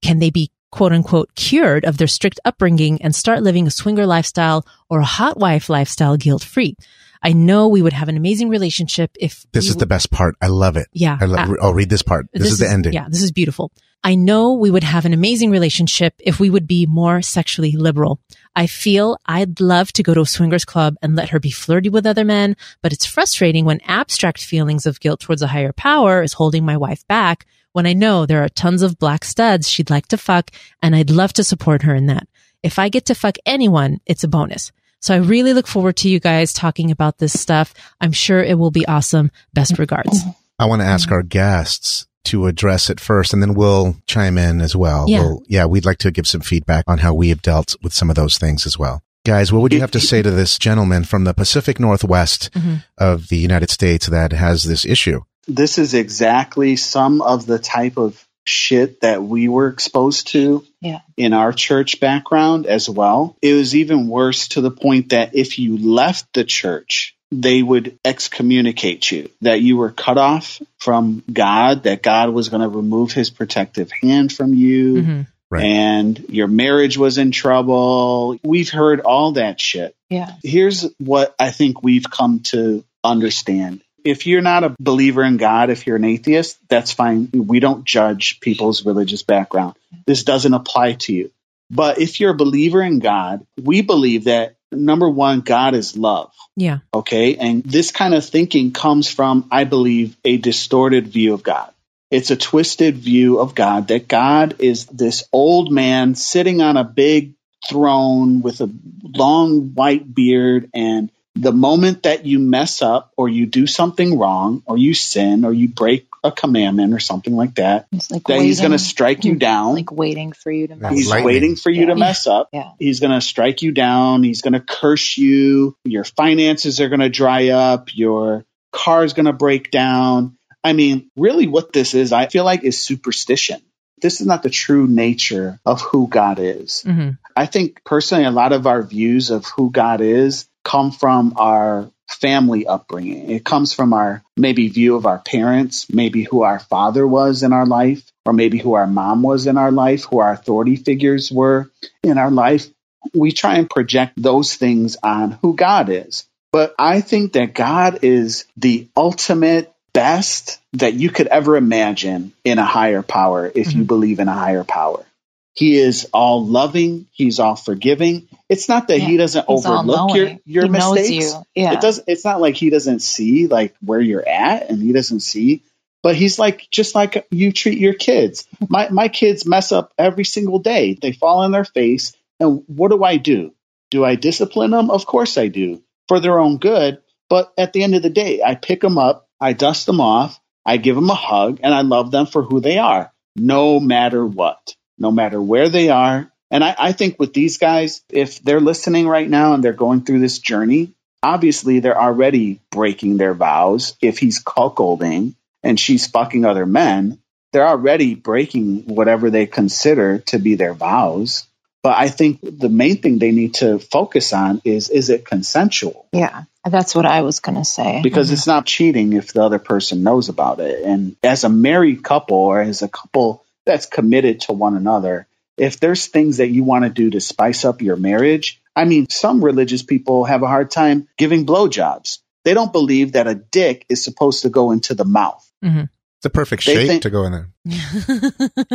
A: Can they be quote unquote cured of their strict upbringing and start living a swinger lifestyle or a hot wife lifestyle guilt free? I know we would have an amazing relationship if
C: This
A: we
C: is the
A: w-
C: best part. I love it.
A: yeah.
C: I love.
A: uh,
C: oh, read this part. This, is, the ending.
A: Yeah, this is beautiful. I know we would have an amazing relationship if we would be more sexually liberal. I feel I'd love to go to a swingers club and let her be flirty with other men, but it's frustrating when abstract feelings of guilt towards a higher power is holding my wife back when I know there are tons of black studs she'd like to fuck and I'd love to support her in that. If I get to fuck anyone, it's a bonus. So I really look forward to you guys talking about this stuff. I'm sure it will be awesome. Best regards.
C: I want to ask our guests to address it first, and then we'll chime in as well.
A: Yeah.
C: We'll, yeah, we'd like to give some feedback on how we have dealt with some of those things as well. Guys, what would you have to say to this gentleman from the Pacific Northwest
A: Mhm.
C: of the United States that has this issue?
B: this is exactly some of the type of shit that we were exposed to
D: Yeah.
B: in our church background as well. It was even worse to the point that if you left the church, they would excommunicate you, that you were cut off from God, that God was going to remove his protective hand from you
A: Mhm.
C: Right.
B: and your marriage was in trouble. We've heard all that shit.
D: Yeah.
B: Here's what I think we've come to understand. If you're not a believer in God, if you're an atheist, that's fine. We don't judge people's religious background. This doesn't apply to you. But if you're a believer in God, we believe that number one, God is love.
A: Yeah.
B: Okay. And this kind of thinking comes from, I believe, a distorted view of God. It's a twisted view of God that God is this old man sitting on a big throne with a long white beard. And the moment that you mess up or you do something wrong or you sin or you break a commandment or something like that,
D: It's like
B: that he's going to
D: waiting-
B: strike you down.
D: like waiting for you to
C: Yeah,
D: mess
B: He's
D: up.
C: lightning.
B: waiting for you
D: Yeah.
B: to mess up.
D: Yeah.
B: He's going to strike you down. He's going to curse you. Your finances are going to dry up. Your car's going to break down. I mean, really, what this is, I feel like, is superstition. This is not the true nature of who God is.
A: Mhm.
B: I think personally, a lot of our views of who God is come from our family upbringing. It comes from our maybe view of our parents, maybe who our father was in our life, or maybe who our mom was in our life, who our authority figures were in our life. We try and project those things on who God is. But I think that God is the ultimate best that you could ever imagine in a higher power if
D: Mm-hmm.
B: you believe in a higher power. He is all loving. He's all forgiving. It's not that he
D: Yeah,
B: doesn't
D: He's
B: overlook your,
D: all-knowing.
B: your
D: he
B: mistakes.
D: Knows you. Yeah.
B: It does. It's not like he doesn't see like where you're at, and he doesn't see. But he's like just like you treat your kids. My my kids mess up every single day. They fall on their face, and what do I do? Do I discipline them? Of course I do, for their own good. But at the end of the day, I pick them up, I dust them off, I give them a hug, and I love them for who they are, no matter what, no matter where they are. And I, I think with these guys, if they're listening right now and they're going through this journey, obviously they're already breaking their vows. If he's cuckolding and she's fucking other men, they're already breaking whatever they consider to be their vows. But I think the main thing they need to focus on is is it consensual?
D: yeah. That's what I was going to say. (laughs)
B: because (laughs) it's not cheating if the other person knows about it. And as a married couple or as a couple that's committed to one another, if there's things that you want to do to spice up your marriage, I mean, some religious people have a hard time giving blowjobs. They don't believe that a dick is supposed to go into the mouth.
C: It's the perfect
B: They
C: shape
B: think- Oh,
C: to go in
B: (laughs)
C: there.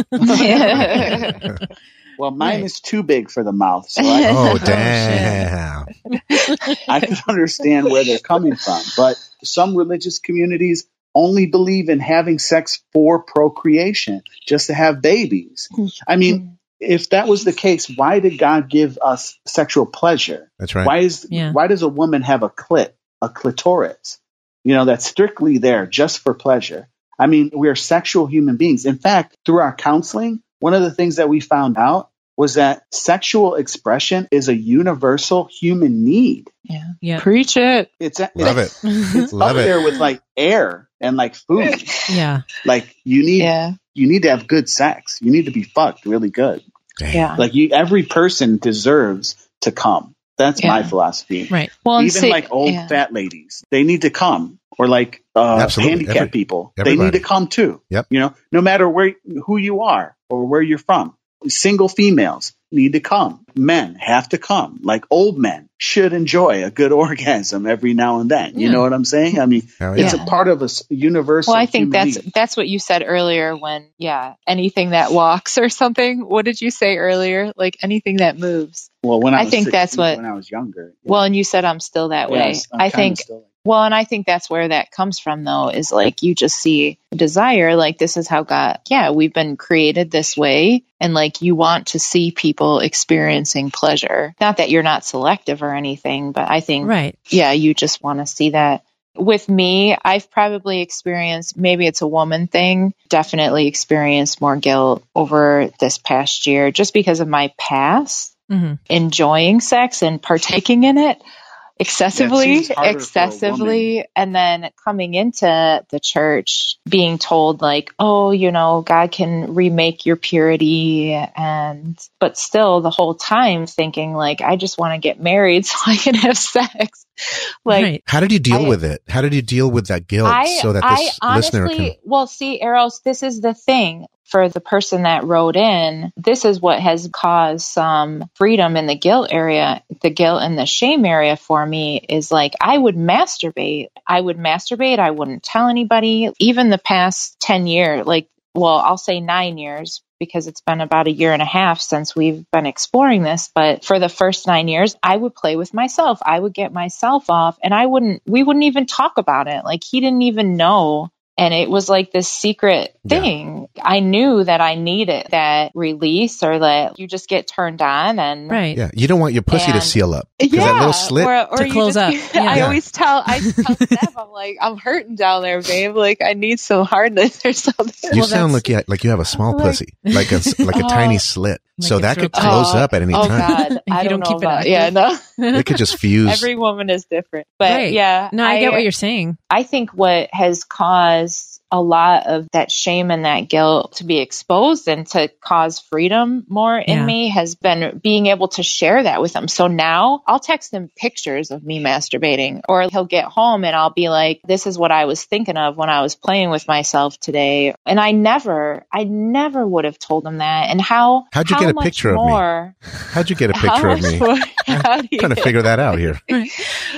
B: Well, mine
A: Right.
B: is too big for the mouth, so
C: (laughs)
B: I,
C: Oh,
B: (laughs)
D: Oh,
C: damn.
B: I can understand where they're coming from. But some religious communities only believe in having sex for procreation, just to have babies. I mean, if that was the case, why did God give us sexual pleasure?
C: That's right.
B: Why is
A: Yeah.
B: why does a woman have a clit, a clitoris? You know, that's strictly there just for pleasure. I mean, we are sexual human beings. In fact, through our counseling, one of the things that we found out was that sexual expression is a universal human need.
D: yeah.
A: yeah.
B: (laughs)
D: Preach it.
B: It's a-
C: Love
B: it's
C: it. Love
B: up
C: it.
B: there with like air and like food.
A: yeah.
B: like you need
D: Yeah.
B: you need to have good sex. You need to be fucked really good.
C: Damn.
D: Yeah.
B: Like you, every person deserves to come. That's my
D: Yeah.
B: philosophy.
A: Right.
D: Well, and
B: Even
D: see-
B: like old
D: yeah.
B: fat ladies, they need to come. Or like uh,
C: Absolutely.
B: handicapped
C: Every-
B: people, they
C: everybody.
B: need to come too.
C: Yep.
B: You know, no matter where who you are or where you're from, single females need to come. Men have to come. Like old men should enjoy a good (laughs) orgasm every now and then. You
A: Yeah.
B: know what I'm saying? I mean,
C: Hell
B: it's
C: yeah.
B: a part of a s- universal.
D: Well, I think
B: human
D: that's
B: need.
D: that's what you said earlier when yeah, anything that walks or something. What did you say earlier? Like anything that moves.
B: well. When I,
D: I
B: was
D: think that's
B: 16,
D: what-
B: when I was younger.
D: Well, and you said I'm still that way.
B: Yes, I'm
D: I
B: kinda
D: think
B: still-
D: well, and I think that's where that comes from though is like you just see desire like this is how God yeah, we've been created this way and like you want to see people experiencing pleasure. Not that you're not selective or anything, but I think
A: Right.
D: yeah, you just want to see that. With me, I've probably experienced maybe it's a woman thing, definitely experienced more guilt over this past year just because of my past
A: hmm
D: enjoying sex and partaking in it
B: Yeah,
D: excessively,
B: it seems harder for a
D: excessively, and then coming into the church being told like, "Oh, you know, God can remake your purity," and but still the whole time thinking like, "I just want to get married (laughs) so I can have sex." Like
A: right.
C: How did you deal
D: I-
C: with it? How did you deal with that guilt so that this
D: I
C: listener can?
D: well, see, Eros, this is the thing for the person that wrote in. This is what has caused some freedom in the guilt area, the guilt and the shame area for me is like I would masturbate. I would masturbate. I wouldn't tell anybody. Even the past 10 year, like, well, I'll say nine years because it's been about a year and a half since we've been exploring this. But for the first nine years, I would play with myself. I would get myself off and I wouldn't, we wouldn't even talk about it. Like he didn't even know. And it was like this secret
C: Yeah.
D: thing. I knew that I needed that release or that you just get turned on and
A: Right.
C: Yeah, you don't want your pussy to
D: And-
C: seal up because that little slit.
D: or, or
A: To
D: you
A: close
D: just
A: up,
D: get- (laughs)
A: yeah.
D: I
C: Yeah.
D: always tell I tell Steph, I'm like, I'm hurting down there, babe. Like I need some hardness or something.
C: you
A: Well,
C: sound like
A: that's-
C: you, like you have a small
D: Oh, Like-
C: pussy, like a
D: (laughs)
C: s- like a
D: Oh.
C: tiny slit,
A: Like
C: so
A: it's
C: that
A: real
C: could close
D: Oh,
C: up at any
D: oh
C: time.
D: God,
A: (laughs) If
D: I
A: you
D: don't,
A: don't
D: know
A: keep it
D: about
A: active.
D: yeah, no.
A: (laughs)
C: It could just fuse.
D: Every woman is different, but
A: Right.
D: yeah,
A: No, I, get what you're saying.
D: I think what has caused a lot of that shame and that guilt to be exposed and to cause freedom more in
A: Yeah.
D: me has been being able to share that with him. So now I'll text him pictures of me masturbating, or he'll get home and I'll be like, This is what I was thinking of when I was playing with myself today. And I never, I never would have told him that. And how,
C: How'd you
D: how
C: get a
D: much
C: picture of me?
D: more,
C: How'd you get a
D: (laughs) how
C: picture of
D: much
C: me?
D: more- how do you
C: trying to
D: get-
C: figure that out
D: (laughs)
C: here.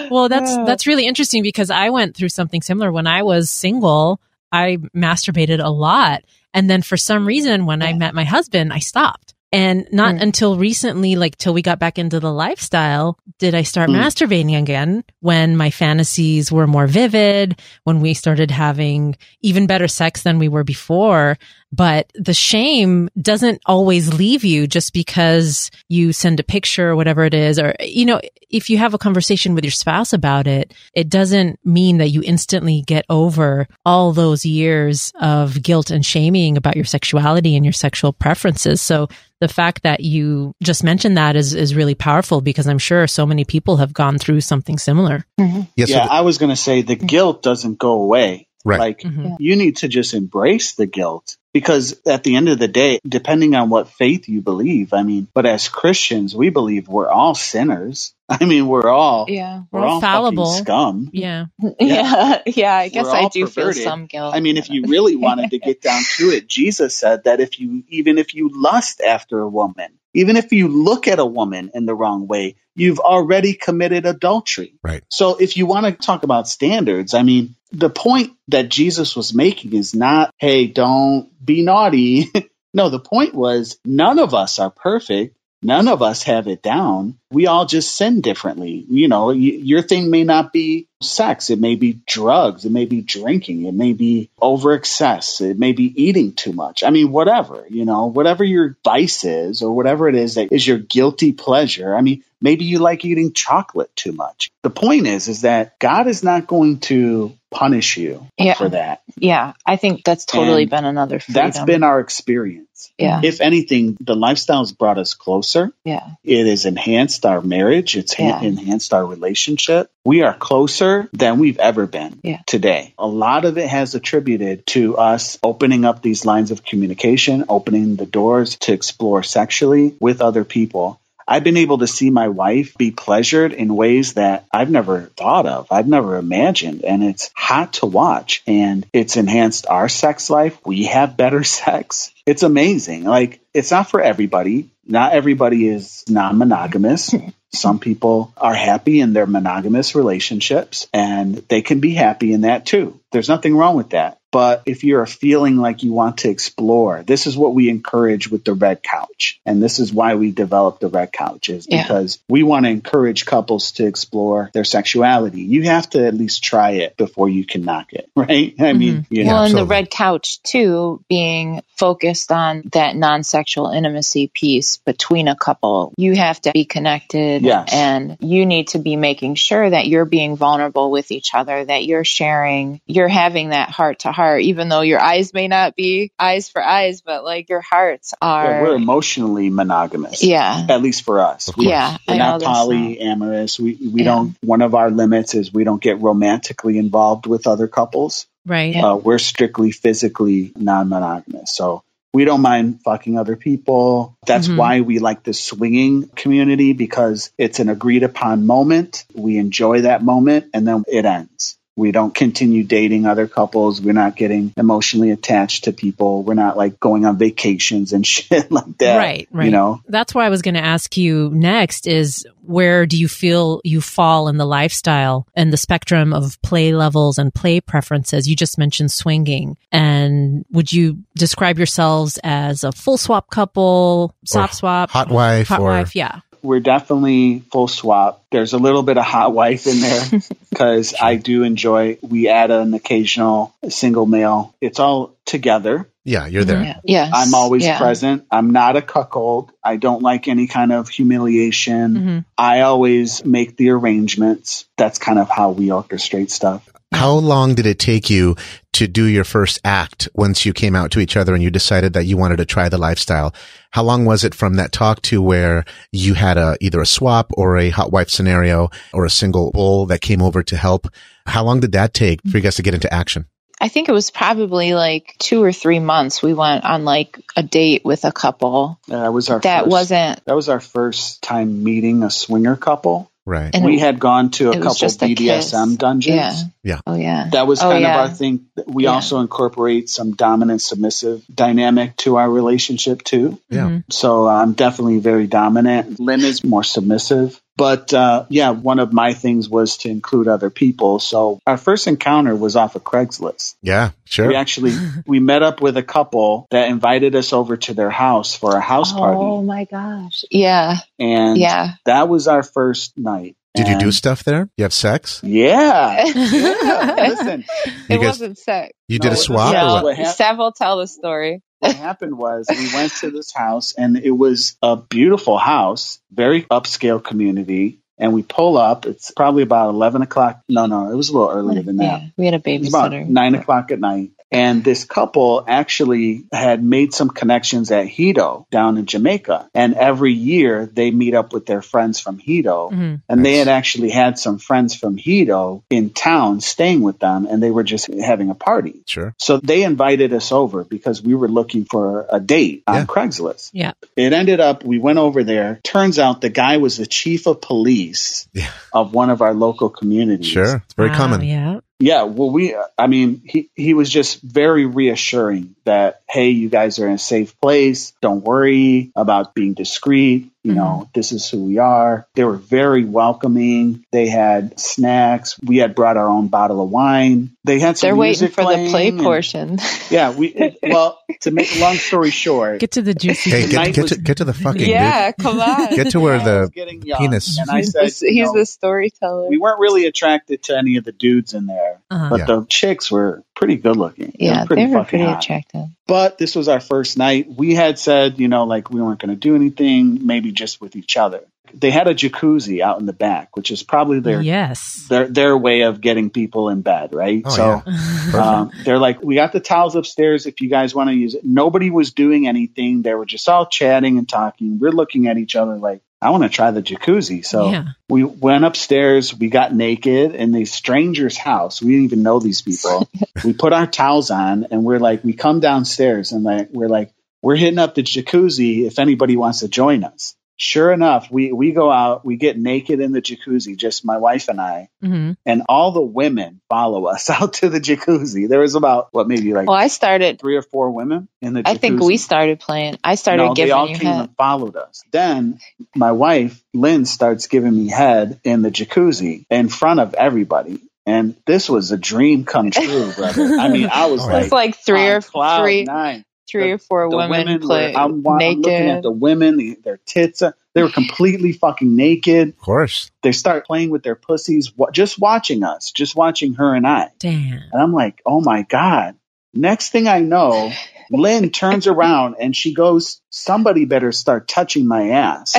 A: Well, that's
D: Yeah.
A: that's really interesting because I went through something similar when I was single. I masturbated a lot, and then for some reason, when I met my husband, I stopped. And not
D: Mm.
A: until recently, like till we got back into the lifestyle, did I start
B: Mm.
A: masturbating again. When my fantasies were more vivid, when we started having even better sex than we were before. But the shame doesn't always leave you just because you send a picture or whatever it is. Or, you know, if you have a conversation with your spouse about it, it doesn't mean that you instantly get over all those years of guilt and shaming about your sexuality and your sexual preferences. So the fact that you just mentioned that is, is really powerful because I'm sure so many people have gone through something similar.
C: Yeah, so
B: yeah, I was going to say
D: Mm-hmm.
B: the guilt doesn't go away.
C: Right.
B: Like
A: Mhm.
B: you need to just embrace the guilt because at the end of the day, depending on what faith you believe, I mean, but as Christians, we believe we're all sinners. (laughs) I mean, we're all
D: Yeah.
B: we're,
A: We're all
B: all fucking
A: fallible.
B: scum.
A: Yeah.
D: Yeah. (laughs) Yeah. I guess
B: We're
D: I
B: all
D: do
B: perverted.
D: feel some guilt.
B: I mean, if you really wanted to get down to it, Jesus said that if you, even if you lust after a woman, even if you look at a woman in the wrong way, you've already committed adultery.
C: Right.
B: So if you want to talk about standards, I mean, the point that Jesus was making is not, hey, don't be naughty. (laughs) no, the point was none of us are perfect. None of us have it down. We all just sin differently. You know, y- your thing may not be sex. It may be drugs. It may be drinking. It may be over excess. It may be eating too much. I mean, whatever, you know, whatever your vice is or whatever it is that is your guilty pleasure. I mean, maybe you like eating chocolate too much. The point is, is that God is not going to punish you
D: Yeah.
B: for that.
D: Yeah, I think that's totally
B: And
D: been another freedom.
B: That's been our experience.
D: yeah,
B: If anything, the lifestyle's brought us closer.
D: yeah,
B: It has enhanced our marriage. It's ha-
D: Yeah.
B: enhanced our relationship. We are closer than we've ever been
D: Yeah.
B: today. A lot of it has attributed to us opening up these lines of communication, opening the doors to explore sexually with other people. I've been able to see my wife be pleasured in ways that I've never thought of, I've never imagined. And it's hot to watch. And it's enhanced our sex life. We have better (laughs) sex. It's amazing. Like, it's not for everybody. Not everybody is non monogamous. Some people are happy in their monogamous relationships and they can be happy in that too. There's nothing wrong with that. But if you're feeling like you want to explore, this is what we encourage with the red couch. And this is why we developed the red couch is
D: Yeah.
B: because we want to encourage couples to explore their sexuality. You have to at least try it before you can knock it, (laughs) right? I mean, you know.
D: well, and the
C: absolutely.
D: red couch too, being focused on that non-sexual intimacy piece between a couple, you have to be connected,
B: Yes.
D: and you need to be making sure that you're being vulnerable with each other, that you're sharing, you're having that heart to heart, even though your eyes may not be eyes for eyes, but like your hearts
B: Yeah, we're
D: are,
B: emotionally monogamous.
D: yeah,
B: At least for us.
C: Of
B: We-
C: course.
D: yeah.
B: We're
D: I know
B: not
D: that's
B: polyamorous. We we
D: Yeah.
B: don't. One of our limits is we don't get romantically involved with other couples.
A: Right.
D: Yeah.
B: Uh, we're strictly physically non-monogamous. So we don't mind fucking other people. That's
A: Mhm.
D: Mm-hmm.
B: why we like the swinging community because it's an agreed upon moment. We enjoy that moment, and then it ends. We don't continue dating other couples. We're not getting emotionally attached to people. We're not like going on vacations and (laughs) shit like that.
A: Right, right.
B: You know,
A: That's where I was going to ask you next is where do you feel you fall in the lifestyle and the spectrum of play levels and play preferences? You just mentioned swinging. And would you describe yourselves as a full swap couple, soft swap,
C: Hot wife
A: hot
C: or
A: wife? Yeah.
B: we're definitely full swap. There's a little bit of hot wife in
D: (laughs)
B: there because I do enjoy. We add an occasional single male. It's all together.
C: yeah, you're there.
D: Yeah. Yes.
B: I'm always
D: Yeah.
B: present. I'm not a cuckold. I don't like any kind of humiliation.
D: Mm-hmm.
A: Mhm.
B: I always make the arrangements. That's kind of how we orchestrate stuff.
C: How long did it take you to do your first act once you came out to each other and you decided that you wanted to try the lifestyle? How long was it from that talk to where you had a either a swap or a hot wife scenario or a single bull that came over to help? How long did that take for you guys to get into action?
D: I think it was probably like two or three months. We went on like a date with a couple
B: That was our
D: that
B: first,
D: wasn't.
B: that was our first time meeting a swinger couple.
C: Right.
D: And
B: we had gone to a
D: it was
B: couple
D: just a kiss.
B: BDSM dungeons.
D: Yeah. Oh yeah.
B: That was
D: Oh,
B: kind
D: yeah.
B: of our thing. We
D: Yeah.
B: also incorporate some dominant submissive dynamic to our relationship too.
C: Yeah.
D: Mm-hmm.
A: Mhm.
B: So uh, I'm definitely very dominant. Lynn is more submissive. But uh, yeah, one of my things was to include other people. So our first encounter was off of Craigslist.
C: Yeah. Sure.
B: We
D: (laughs)
B: actually we met up with a couple that invited us over to their house for a house
D: Oh
B: party,
D: my gosh. Yeah.
B: and
C: (laughs)
D: Yeah.
B: that was our first night.
C: Did you do
B: And-
C: stuff there? You have sex?
D: (laughs)
B: Yeah. yeah. Listen,
C: You
D: it
C: guys-
D: wasn't sex.
C: You
B: No,
C: did
B: it
C: a
B: was
C: swap?
B: not.
C: or what?
D: No,
B: What happened?
D: Steph will tell the story.
B: what happened was we went to this house and it was a beautiful house, very upscale community. And we pull up. It's probably about eleven o'clock. No, no, it was a little earlier than that.
D: Yeah, we had a
B: It was about
D: babysitter.
B: nine o'clock at night. And this couple actually had made some connections at Hito down in Jamaica. And every year they meet up with their friends from Hito.
D: Mm-hmm.
A: Mhm.
B: And they
C: Nice.
B: had actually had some friends from Hito in town staying with them. And they were just having a party.
C: Sure.
B: So they invited us over because we were looking for a date on
C: Yeah.
B: Craigslist.
A: Yeah.
B: It ended up we went over there. Turns out the guy was the chief of police
C: Yeah.
B: of one of our local communities.
C: Sure. It's very
A: Wow,
C: common.
A: Yeah.
B: Yeah, well we I mean he he was just very reassuring that hey, you guys are in a safe place. Don't worry about being discreet. You
D: Mm-hmm.
B: know, this is who we are. They were very welcoming. They had snacks. We had brought our own bottle of wine. They had some
D: They're waiting
B: music
D: for the play
B: playing and- (laughs)
D: portion.
B: yeah, we it, well to make a long story short,
A: Get to the juicy.
C: Hey,
B: Night
C: get, get
B: was-
C: to get to the fucking
D: yeah, come on.
C: dude. Get to where
B: I was (laughs)
C: the
B: getting young,
C: penis.
B: and I
D: he's
B: (laughs) said,
D: the,
B: you
D: he's
B: know,
D: the storyteller.
B: we weren't really attracted to any of the dudes in there,
A: Uh-huh.
B: but
C: Yeah.
B: the chicks were pretty good looking.
D: yeah,
B: pretty
D: they were
B: fucking
D: pretty
B: hot.
D: attractive.
B: But this was our first night. We had said, you know, like we weren't going to do anything, maybe just with each other. They had a jacuzzi out in the back, which is probably their
A: Yes.
B: their their way of getting people in bed, right?
C: Oh,
B: so.
C: yeah.
B: Um, they're like, we got the towels upstairs if you guys want to use it. Nobody was doing anything. They were just all chatting and talking. We're looking at each other like, I want to try the jacuzzi. So
A: yeah.
B: we went upstairs. We got naked in a stranger's house. We didn't even know these people. we put our towels on and we're like, we come downstairs and like, we're like, we're hitting up the jacuzzi if anybody wants to join us. sure enough, we we go out, we get naked in the jacuzzi, just my wife and I,
A: Mm-hmm.
B: and all the women follow us (laughs) out to the jacuzzi. There was about what maybe like
D: Well, I started.
B: three or four women in the. Jacuzzi.
D: I think we started playing. I started
B: no,
D: giving
B: they all
D: you
B: came
D: head.
B: and followed us. Then my wife Lynn starts giving me head in the jacuzzi in front of everybody, and this was a dream
D: (laughs)
B: come true, brother. I mean, I was
C: All
B: like,
C: right.
D: It's like three
B: on
D: or
B: cloud
D: three,
B: nine.
D: three
B: The-
D: or four
B: The
D: women,
B: women
D: play
B: were, I'm, wa- I'm
D: naked.
B: looking at the women, the, their tits. uh, They were completely fucking naked.
C: Of course.
B: They start playing with their pussies, wa- just watching us, just watching her and I.
A: Damn.
B: And I'm like, oh my God. Next thing I know, Lynn turns around and she goes, somebody better start touching my ass.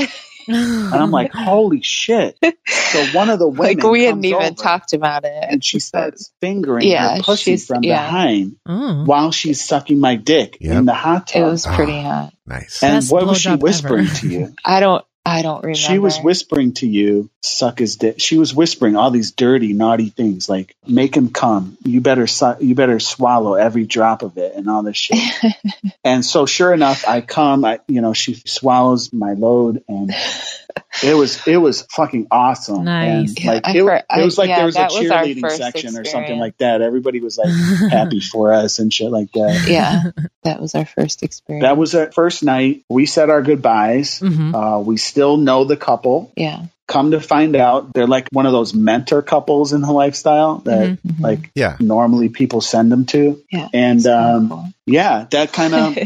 B: And I'm like, holy shit. So one of the women.
D: (laughs) like we hadn't
B: comes
D: even
B: over
D: talked about it.
B: And she starts fingering
D: Yeah,
B: her pussy
D: she's-
B: from
D: yeah.
B: behind
A: oh.
B: while she's sucking my dick
C: Yep.
B: in the hot
D: It
B: tub.
D: was
C: Ah.
D: pretty hot.
C: Nice.
B: and
A: Best
B: what was she
A: blowjob
B: whispering
A: ever.
B: to you?
D: I don't. I don't remember.
B: She was whispering to you, suck his dick. She was whispering all these dirty, naughty things like make him come. You better su- you better swallow every drop of it and all this
D: (laughs)
B: shit. and so sure enough, I come, I you know, she swallows my load and it was it was fucking awesome.
A: Nice.
B: And, like
D: Yeah, I
B: it,
D: heard- I-
B: it was like
D: yeah,
B: there was a
D: that was our
B: cheerleading
D: first
B: section or something
D: experience.
B: like that. Everybody was
D: (laughs)
B: like happy for us and shit like that. (laughs)
D: yeah, that was our first experience.
B: That was our first night. We said our
D: Mm-hmm.
B: goodbyes.
A: Mhm.
B: Uh, we still know the couple
D: yeah.
B: come to find out they're like one of those mentor couples in the lifestyle that
D: Mhm.
B: like
C: Yeah.
B: normally people send them to
D: Yeah.
B: and
D: It's kinda
B: um
D: cool.
B: yeah that kind
D: (laughs)
B: of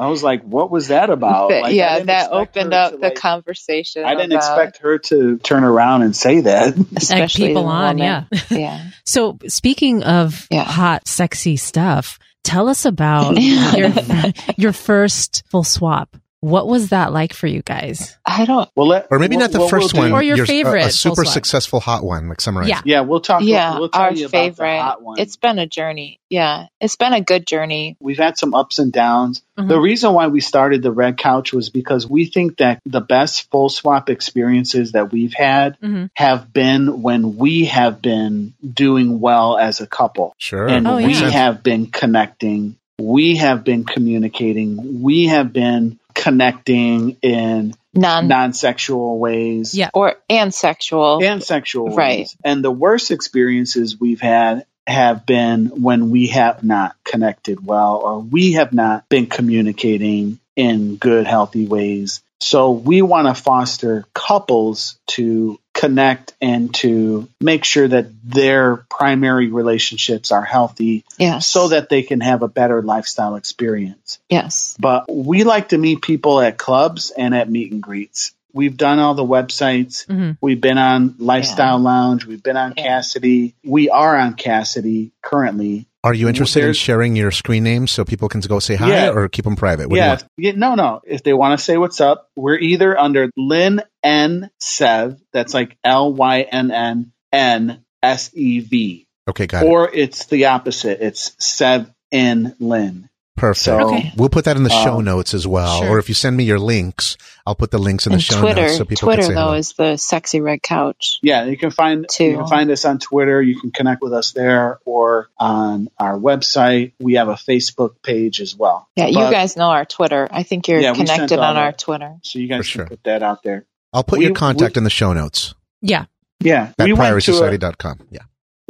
B: i was like what was that about Like, I
D: yeah,
B: didn't
D: that
B: expect
D: opened
B: her
D: up
B: to,
D: the uh,
B: like-
D: conversation.
B: i didn't
D: about-
B: expect her to turn around and say that (laughs)
A: Egg
D: especially
A: people
D: the
A: on,
D: woman.
A: yeah. (laughs)
D: yeah.
A: So speaking of
D: Yeah.
A: hot, sexy stuff, tell
D: (laughs)
A: us about your
C: (laughs)
A: your first full swap. What was that like for you guys?
D: I don't.
B: well let,
C: Or maybe not the
B: what we'll
C: 1st
B: do-
C: one.
A: Or your
C: Yours- a-
A: favorite
C: A,
A: full
C: super
A: swap.
C: successful hot one, like summarize.
A: Yeah.
B: yeah we'll talk
D: Yeah,
B: we'll, we'll tell
D: our
B: you about
D: favorite.
B: the hot one
D: It's been a journey. Yeah, it's been a good journey.
B: we've had some ups and downs.
A: Mhm.
B: The reason why we started the Red Couch was because we think that the best full swap experiences that we've had
A: Mhm.
B: have been when we have been doing well as a couple.
C: Sure.
B: And
A: Oh,
B: we
A: yeah.
B: have been connecting. We have been communicating. We have been connecting in
D: None
B: non sexual ways
A: Um, Yeah.
D: or and sexual.
B: and sexual ways.
D: Right.
B: And the worst experiences we've had have been when we have not connected well or we have not been communicating in good, healthy ways. So we want to foster couples to connect and to make sure that their primary relationships are healthy
D: yes.
B: so that they can have a better lifestyle experience.
D: yes.
B: But we like to meet people at clubs and at meet and greets. We've done all the websites.
A: Mhm.
B: We've been on Lifestyle Lounge. We've been on
D: Yeah.
B: Cassidy. We are on Cassidy currently.
C: Are you interested in
B: There's-
C: sharing your screen name so people can go say hi
B: Yeah.
C: or keep them private? What do you
B: yeah,
C: want?
B: yeah. No, no. If they want to say what's up, we're either under Lynn N Sev. That's like L Y N N N S E V.
C: Okay, got it.
B: Or it's the opposite. It's Sev in Lynn.
C: Perfect.
B: So
A: Okay.
C: We'll put that in the show
B: Um,
C: notes as well.
A: sure.
C: Or if you send me your links, I'll put the links in the
D: and
C: show
D: Twitter.
C: notes so people
D: Twitter
C: can say
D: though
C: hello.
D: is the sexy red couch.
B: Yeah, you can find
D: Too.
B: you can find us on Twitter. You can connect with us there or on our website. We have a Facebook page as well.
D: Yeah, you
B: But-
D: guys know our Twitter. I think you're
B: Yeah, we sent
D: connected on
B: all
D: our
B: that.
D: Twitter.
B: So you
C: For
B: guys
C: sure.
B: can put that out there.
C: I'll put
B: we-
C: your contact
B: we-
C: in the show notes
A: Yeah.
B: Yeah,
C: at
B: we went to a,
C: priorsociety.com. Yeah.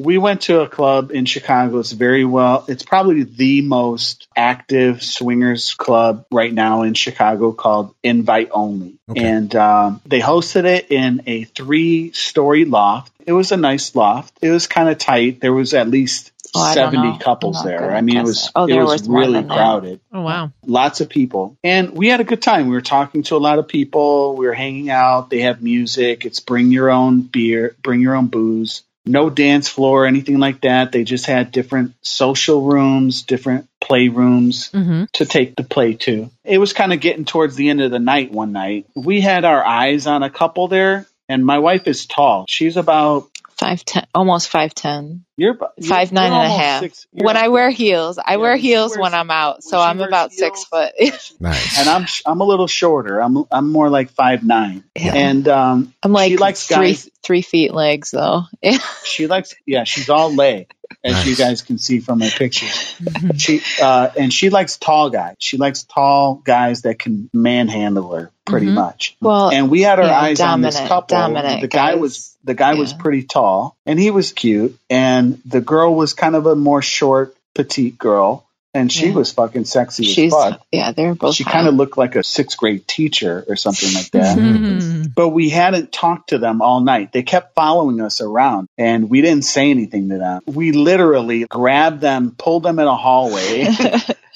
B: we went to a club in Chicago. It's very well. It's probably the most active swingers club right now in Chicago called Invite Only,
C: Okay.
B: and um, they hosted it in a three-story loft. It was a nice loft. It was kind of tight. There was at least
D: Oh, I don't know.
B: seventy couples
D: I'm not
B: there.
D: good
B: I
D: at
B: mean, it
D: guessing.
B: was
D: Oh,
B: it
D: there
B: was
D: was more
B: really
D: than that.
B: crowded.
A: Oh wow.
B: lots of people and we had a good time we were talking to a lot of people we were hanging out they have music it's bring your own beer bring your own booze no dance floor anything like that they just had different social rooms different playrooms
D: Mm-hmm.
A: Mhm.
B: to take the play to it was kind of getting towards the end of the night one night we had our eyes on a couple there and my wife is tall she's about
D: Five ten, almost five ten.
B: You're, bu- you're
D: Five nine
B: you're
D: and a
B: almost
D: half.
B: six- you're-
D: When I wear heels, I
B: Yeah,
D: wear
B: when she
D: heels
B: wears-
D: when I'm out,
B: when
D: so
B: she
D: I'm
B: wears
D: about six
B: heels-
D: foot.
C: Nice.
B: and I'm sh- I'm a little shorter. I'm I'm more like five nine.
D: Yeah.
B: And um,
D: (laughs) I'm like
B: she likes
D: three
B: guys.
D: three feet legs though. (laughs)
B: She likes yeah. She's all leg, as you
C: Nice.
B: guys can see from her pictures.
D: Mm-hmm.
B: She uh, and she likes tall guys. She likes tall guys that can manhandle her pretty
A: Mhm.
B: much.
D: Mm-hmm. well,
B: and we had our
D: yeah,
B: eyes on this
D: dominant-
B: couple.
D: dominant
B: the guy
D: guys.
B: was the guy was
D: Yeah.
B: pretty tall, and he was cute, and the girl was kind of a more short, petite girl, and she
D: Yeah.
B: was fucking sexy
D: she's
B: as fuck.
D: yeah, they're both.
B: She
D: hot.
B: kind of looked like a sixth grade teacher or something like that
D: (laughs)
A: Mhm.
B: but we hadn't talked to them all night. They kept following us around and we didn't say anything to them. We literally grabbed them, pulled them in a
D: (laughs)
B: hallway,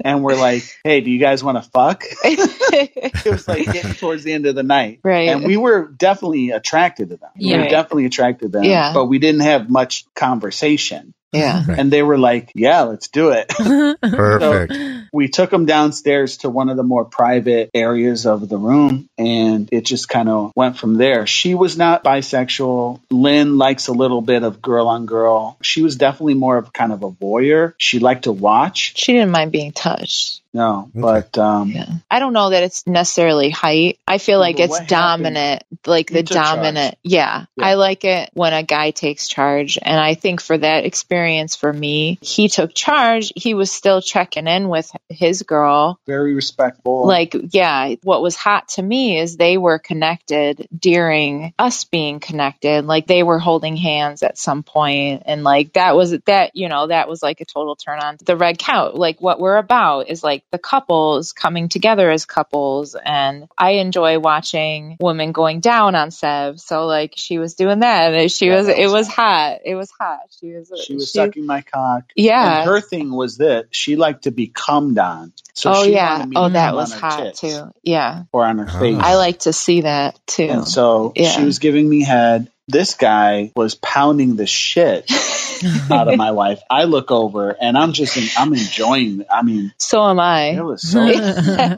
B: and we're like, hey, do you guys want to fuck? (laughs) It (laughs) was like getting towards the end of the night.
D: right.
B: And we were definitely attracted to them. We
A: Yeah.
B: were definitely attracted to them,
D: Yeah.
B: but we didn't have much conversation.
D: (laughs) yeah.
C: Right.
B: And they were like, yeah, let's do it. (laughs)
C: Perfect.
B: we took them downstairs to one of the more private areas of the room and it just kind of went from there she was not bisexual lynn likes a little bit of girl on girl she was definitely more of kind of a voyeur she liked to watch
D: She didn't mind being touched.
B: no
C: Okay.
B: but um
D: Yeah. I don't know that it's necessarily height. I feel like
B: Well,
D: it's
B: what happened-
D: dominant, like
B: You
D: the
B: took charge.
D: dominant. Yeah,
B: Yeah.
D: I like it when a guy takes charge. And I think for that experience for me, he took charge. He was still checking in with his girl.
B: very respectful
D: Like, yeah, what was hot to me is they were connected during us being connected. Like, they were holding hands at some point, And, like, that was that, you know, that was like a total turn on. The red count, like, what we're about is like the couples coming together as couples. And I enjoy watching women going down on Seb. So, like, she was doing that. And she
B: Yeah,
D: was,
B: that
D: it
B: was
D: was hot. It was hot. She was,
B: she was sucking my cock
D: Yeah.
B: and her thing was that she liked to be cummed on so
D: oh,
B: she
D: yeah.
B: wanted me to
D: Oh, that
B: cum
D: was
B: on her
D: hot,
B: tits
D: too. Yeah.
B: or on her
C: Oh.
B: face
D: I like to see that too.
B: And so
D: Yeah.
B: she was giving me head. This guy was pounding the shit out of my wife. I look over and I'm just, in, I'm enjoying. it. I mean,
D: (laughs) so am
B: it
D: I. (laughs)
B: was so.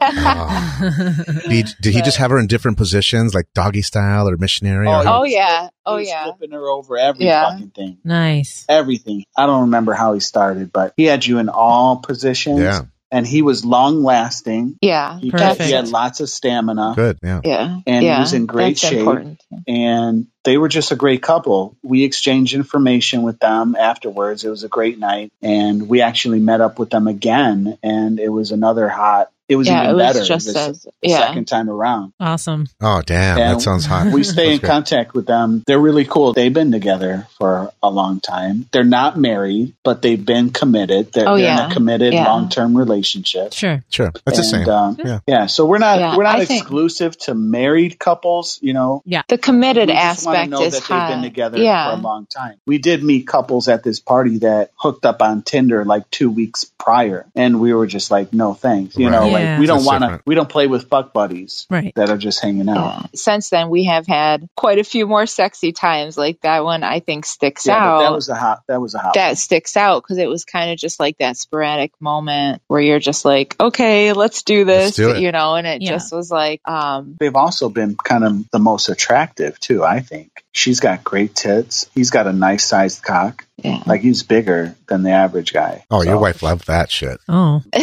C: Oh. Did, he- did he just have her in different positions, like doggy style or missionary? or-
D: Oh, yeah.
B: he
D: Oh
B: was
D: yeah.
B: flipping her over every
D: Yeah.
B: fucking thing,
A: (laughs) nice.
B: everything. I don't remember how he started, but he had you in all positions,
C: yeah.
B: and he was long lasting.
D: Yeah.
B: He, kept, he
A: Perfect.
B: had lots of stamina,
C: Good. Yeah.
D: Yeah.
B: and
D: yeah.
B: he was in great
D: That's
B: shape.
D: important.
B: and they were just a great couple. We exchanged information with them afterwards. It was a great night, and we actually met up with them again, and it was another hot. It was
D: yeah,
B: even
D: it was
B: better
D: just
B: the, se-
D: as
B: the
D: yeah.
B: second time around.
A: Awesome.
C: Oh, damn.
B: Yeah.
C: That sounds hot. (laughs)
B: We stay
C: That's
B: in
C: good.
B: contact with them. They're really cool. They've been together for a long time. They're not married, but they've been committed. They're,
D: Oh,
B: they're in
D: yeah.
B: a committed
D: Yeah.
B: long-term relationship.
A: Sure.
C: Sure. That's the
B: And,
C: same.
B: Um,
C: Yeah.
B: yeah. So we're not
D: Yeah,
B: we're not
D: I think-
B: exclusive to married couples. You know,
D: The committed
B: we just wanna
D: aspect
B: know
D: is
B: that
D: high.
B: they've been together
D: yeah.
B: for a long time. We did meet couples at this party that hooked up on Tinder like two weeks prior, and we were just like, no thanks. You
C: Right.
B: know,
A: Yeah.
B: like we don't
C: That's
B: want to,
C: different.
B: we don't play with fuck buddies
A: Right.
B: that are just hanging out.
D: Yeah. Since then, we have had quite a few more sexy times. Like that one, I think sticks
B: Yeah, but
D: out.
B: that was a hot. That was a hot.
D: that sticks out because it was kind of just like that sporadic moment where you're just like, okay, let's do
C: Let's
D: this,
C: do it.
D: you know, and it
A: Yeah.
D: just was like, um,
B: They've also been kind of the most attractive too. I think she's got great tits. He's got a nice sized cock.
D: yeah.
B: Like he's bigger than the average guy.
C: Oh, your
B: So- (laughs)
D: (laughs)
C: wife loved that shit.
A: Oh, Pa-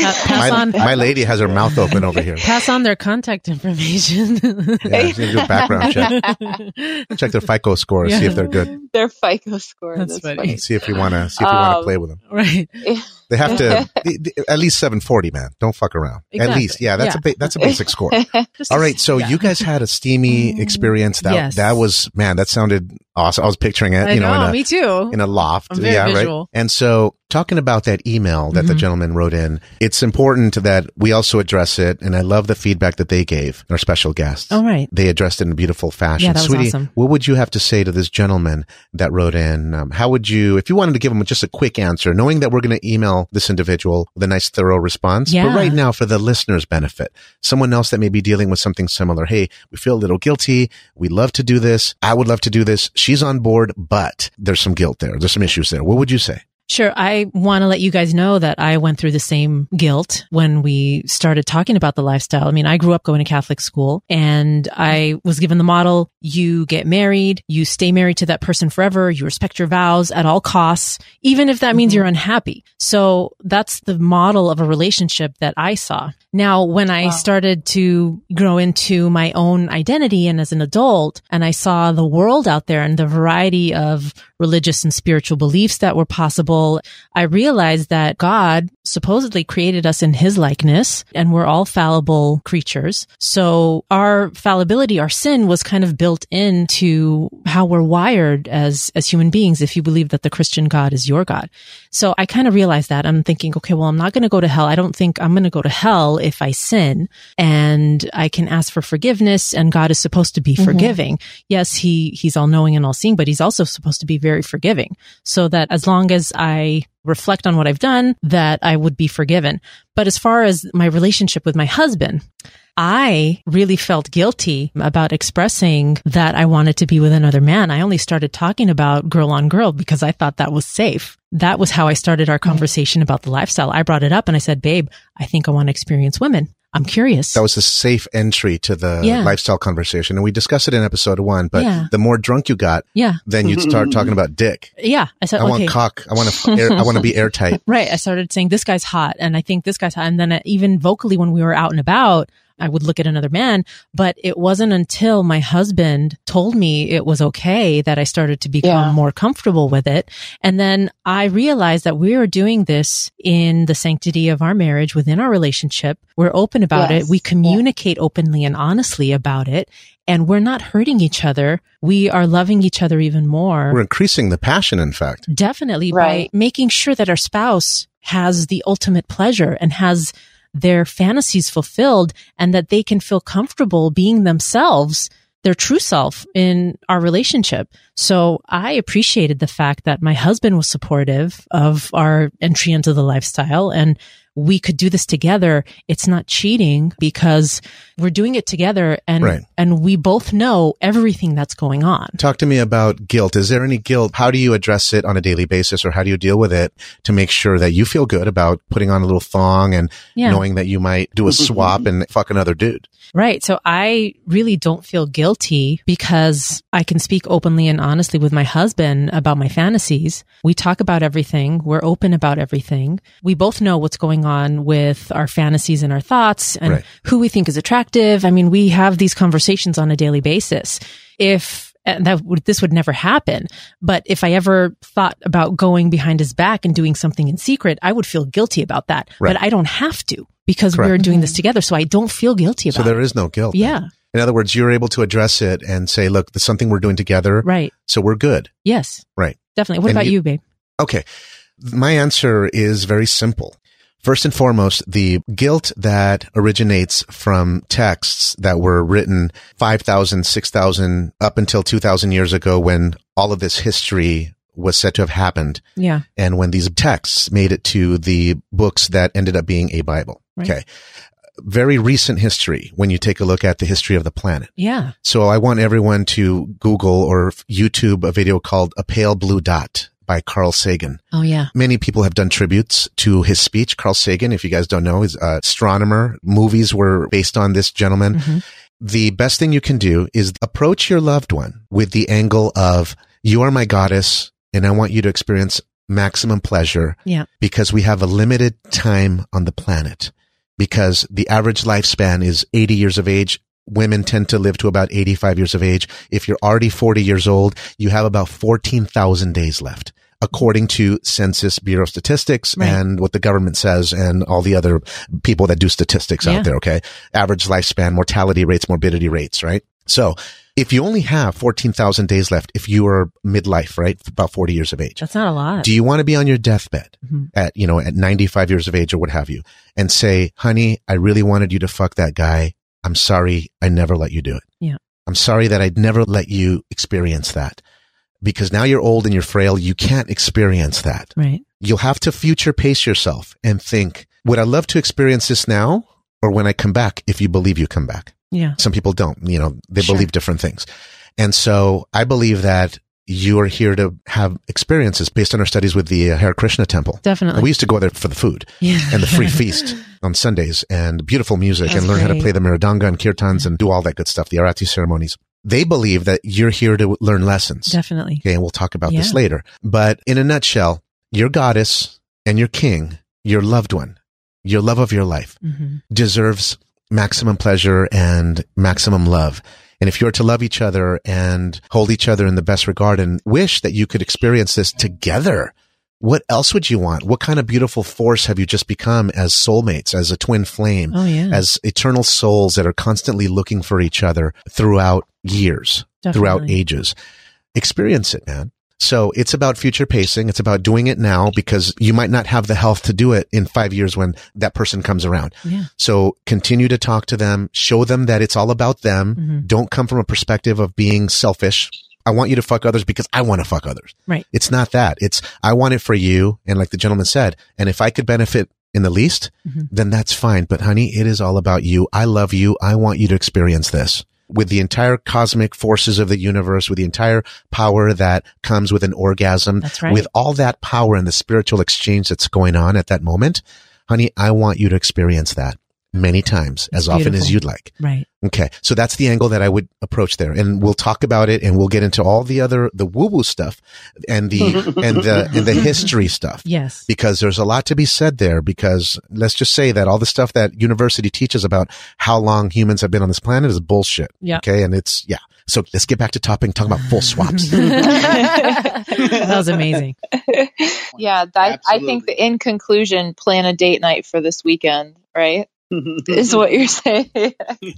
C: My,
A: pass on.
C: my lady has her mouth open over
A: (laughs)
C: here.
A: Pass on their contact (laughs) information.
C: Yeah, she do a background check. Check their FICO score, see if they're good,
D: (laughs) Their FICO score.
A: That's
D: That's,
A: funny.
D: funny.
C: see if you want to see if you want to
D: Um,
C: play with them.
A: right.
C: They have
A: (laughs)
C: to at least 740, man. Don't fuck around. At
A: Exactly.
C: least, yeah, that's a ba- that's a basic
A: (laughs)
C: score.
A: Just
C: All
A: a-
C: right, so
A: yeah. Mm.
C: you guys had a steamy experience. That
A: Yes.
C: that was man, that sounded awesome. I was picturing it,
A: I
C: you know,
A: know,
C: in a
A: me too.
C: in a loft.
A: I'm very
C: yeah, right.
A: visual.
C: And so, talking about that email that the
A: Mhm.
C: gentleman wrote in, it's important that we also address it. And I love the feedback that they gave our special guests.
A: All right.
C: They addressed it in beautiful fashion.
A: Yeah, that was
C: Sweetie,
A: awesome.
C: what would you have to say to this gentleman that wrote in? Um, how would you, if you wanted to give him just a quick answer, knowing that we're going to email this individual with a nice, thorough response? But
A: Yeah.
C: right now, for the listener's benefit, someone else that may be dealing with something similar, hey, we feel a little guilty. We love to do this. I would love to do this. She's on board, but there's some guilt there. There's some issues there. What would you say?
A: Sure. I want to let you guys know that I went through the same guilt when we started talking about the lifestyle. I mean, I grew up going to Catholic school and I was given the model you get married, you stay married to that person forever, you respect your vows at all costs, even if that means you're unhappy. So that's the model of a relationship that I saw. Now, when I
D: Wow.
A: started to grow into my own identity and as an adult, and I saw the world out there and the variety of religious and spiritual beliefs that were possible, I realized that God supposedly created us in his likeness and we're all fallible creatures. So our fallibility, our sin was kind of built into how we're wired as, as human beings. If you believe that the Christian God is your God. So I kind of realized that I'm thinking, okay, well, I'm not going to go to hell. I don't think I'm going to go to hell if I sin and I can ask for forgiveness and God is supposed to be
D: Mhm.
A: forgiving. Yes, he, he's all knowing and all seeing, but he's also supposed to be very forgiving so that as long as I reflect on what I've done, that I would be forgiven. But as far as my relationship with my husband, I really felt guilty about expressing that I wanted to be with another man. I only started talking about girl on girl because I thought that was safe. That was how I started
C: Mm-hmm.
A: our conversation about the lifestyle. I brought it up and I said, babe, I think I want to experience women. I'm curious.
C: That was a safe entry to the
A: Yeah.
C: lifestyle conversation. And we discussed it in episode one, but
A: Yeah.
C: the more drunk you got,
A: yeah.
C: then you'd start talking about dick.
A: Yeah. I said,
C: I
A: okay.
C: want cock. I want to, air, I want to be
A: (laughs)
C: airtight.
A: Right. I started saying, this guy's hot. And I think this guy's hot. And then uh, even vocally, when we were out and about, I would look at another man. But it wasn't until my husband told me it was okay that I started to become
D: Yeah.
A: more comfortable with it. And then I realized that we were doing this in the sanctity of our marriage, within our relationship. We're open about
D: Yes.
A: it. We
D: Yeah.
A: communicate openly and honestly about it. And we're not hurting each other. We are loving each other even more
C: We're increasing the passion, in fact.
A: definitely
D: Right.
A: by making sure that our spouse has the ultimate pleasure and has their fantasies fulfilled and that they can feel comfortable being themselves their true self in our relationship. So I appreciated the fact that my husband was supportive of our entry into the lifestyle and we could do this together. It's not cheating because we're doing it together and
C: Right.
A: and we both know everything that's going on.
C: Talk to me about guilt. Is there any guilt? How do you address it on a daily basis or how do you deal with it to make sure that you feel good about putting on a little thong and
A: Yeah. Mm-hmm.
C: knowing that you might do a swap and fuck another dude?
A: Right. So I really don't feel guilty because I can speak openly and honestly with my husband about my fantasies. We talk about everything. We're open about everything. We both know what's going on with our fantasies and our thoughts and
C: Right.
A: who we think is attractive. I mean, we have these conversations on a daily basis. If and that would, this would never happen. But if I ever thought about going behind his back and doing something in secret, I would feel guilty about that.
C: Right.
A: But I don't have to because
C: Correct.
A: we're doing this together. So I don't feel guilty about
C: So
A: it.
C: there is no guilt.
A: Yeah.
C: In other words, you're able to address it and say, look, there's something we're doing together.
A: Right.
C: So we're good.
A: Yes.
C: Right.
A: Definitely. What
C: And
A: about
C: you-
A: you, babe?
C: Okay. My answer is very simple. First and foremost, the guilt that originates from texts that were written 5,000, 6,000, up until 2,000 years ago when all of this history was said to have happened.
A: Yeah.
C: And when these texts made it to the books that ended up being a Bible.
A: Right.
C: Okay. Very recent history when you take a look at the history of the planet.
A: Yeah.
C: So I want everyone to Google or YouTube a video called A Pale Blue Dot by Carl Sagan.
A: Oh, yeah.
C: Many people have done tributes to his speech. Carl Sagan, if you guys don't know, is an astronomer. Movies were based on this gentleman.
A: Mhm.
C: The best thing you can do is approach your loved one with the angle of, you are my goddess and I want you to experience maximum pleasure
A: Yeah.
C: because we have a limited time on the planet because the average lifespan is 80 years of age. Women tend to live to about 85 years of age. If you're already 40 years old, you have about 14,000 days left, according to Census Bureau statistics
A: Right.
C: and what the government says and all the other people that do statistics
A: Yeah.
C: out there. Okay. Average lifespan, mortality rates, morbidity rates, right? So if you only have 14,000 days left, if you are midlife, right? About 40 years of age.
A: That's not a lot.
C: Do you want to be on your deathbed
A: Mhm.
C: at, you know, at 95 years of age or what have you and say, honey, I really wanted you to fuck that guy. I'm sorry. I never let you do it.
A: Yeah.
C: I'm sorry that I'd never let you experience that because now you're old and you're frail. You can't experience that.
A: right.
C: You'll have to future pace yourself and think, would I love to experience this now or when I come back? If you believe you come back
A: Yeah.
C: some people don't you know they
A: Sure.
C: believe different things and so i believe that you are here to have experiences based on our studies with the uh, Hare Krishna temple.
A: Definitely.
C: We used to go there for the food
A: yeah.
C: and the
A: (laughs)
C: free feast on Sundays and beautiful music
A: That's
C: and learn how to
A: great.
C: play the miradanga and kirtans and do all that good stuff, the arati ceremonies. They believe that you're here to learn lessons.
A: Definitely.
C: Okay, and we'll talk about this
A: Yeah.
C: later. But in a nutshell, your goddess and your king, your loved one, your love of your life
A: hmm
C: deserves maximum pleasure and maximum love. And if you're to love each other and hold each other in the best regard and wish that you could experience this together, what else would you want? What kind of beautiful force have you just become as soulmates, as a twin flame?
A: Oh, yeah.
C: as eternal souls that are constantly looking for each other throughout years, throughout
A: Definitely.
C: ages. Experience it, man. So it's about future pacing. It's about doing it now because you might not have the health to do it in five years when that person comes around.
A: Yeah.
C: So continue to talk to them, show them that it's all about them.
A: Mhm.
C: Don't come from a perspective of being selfish. I want you to fuck others because I want to fuck others.
A: Right.
C: It's not that. It's I want it for you. And like the gentleman said, and if I could benefit in the least,
A: Mhm.
C: then that's fine. But honey, it is all about you. I love you. I want you to experience this with the entire cosmic forces of the universe, with the entire power that comes with an orgasm,
A: That's right.
C: with all that power and the spiritual exchange that's going on at that moment. Honey, I want you to experience that many times
A: That's
C: as often as
A: beautiful.
C: you'd like.
A: Mm-hmm. right.
C: Okay. So that's the angle that I would approach there. And we'll talk about it and we'll get into all the other, the woo woo stuff and
D: (laughs)
C: the, and the, and the history stuff
A: Yes.
C: because there's a lot to be said there because let's just say that all the stuff that university teaches about how long humans have been on this planet is bullshit.
A: Yeah.
C: Okay. And it's, yeah. So let's get back to topping, talking about
A: (laughs)
C: full swaps.
D: (laughs)
A: that was amazing.
D: yeah, that, I think
B: Absolutely.
D: that in conclusion, plan a date night for this weekend, right? Is what you're saying. (laughs)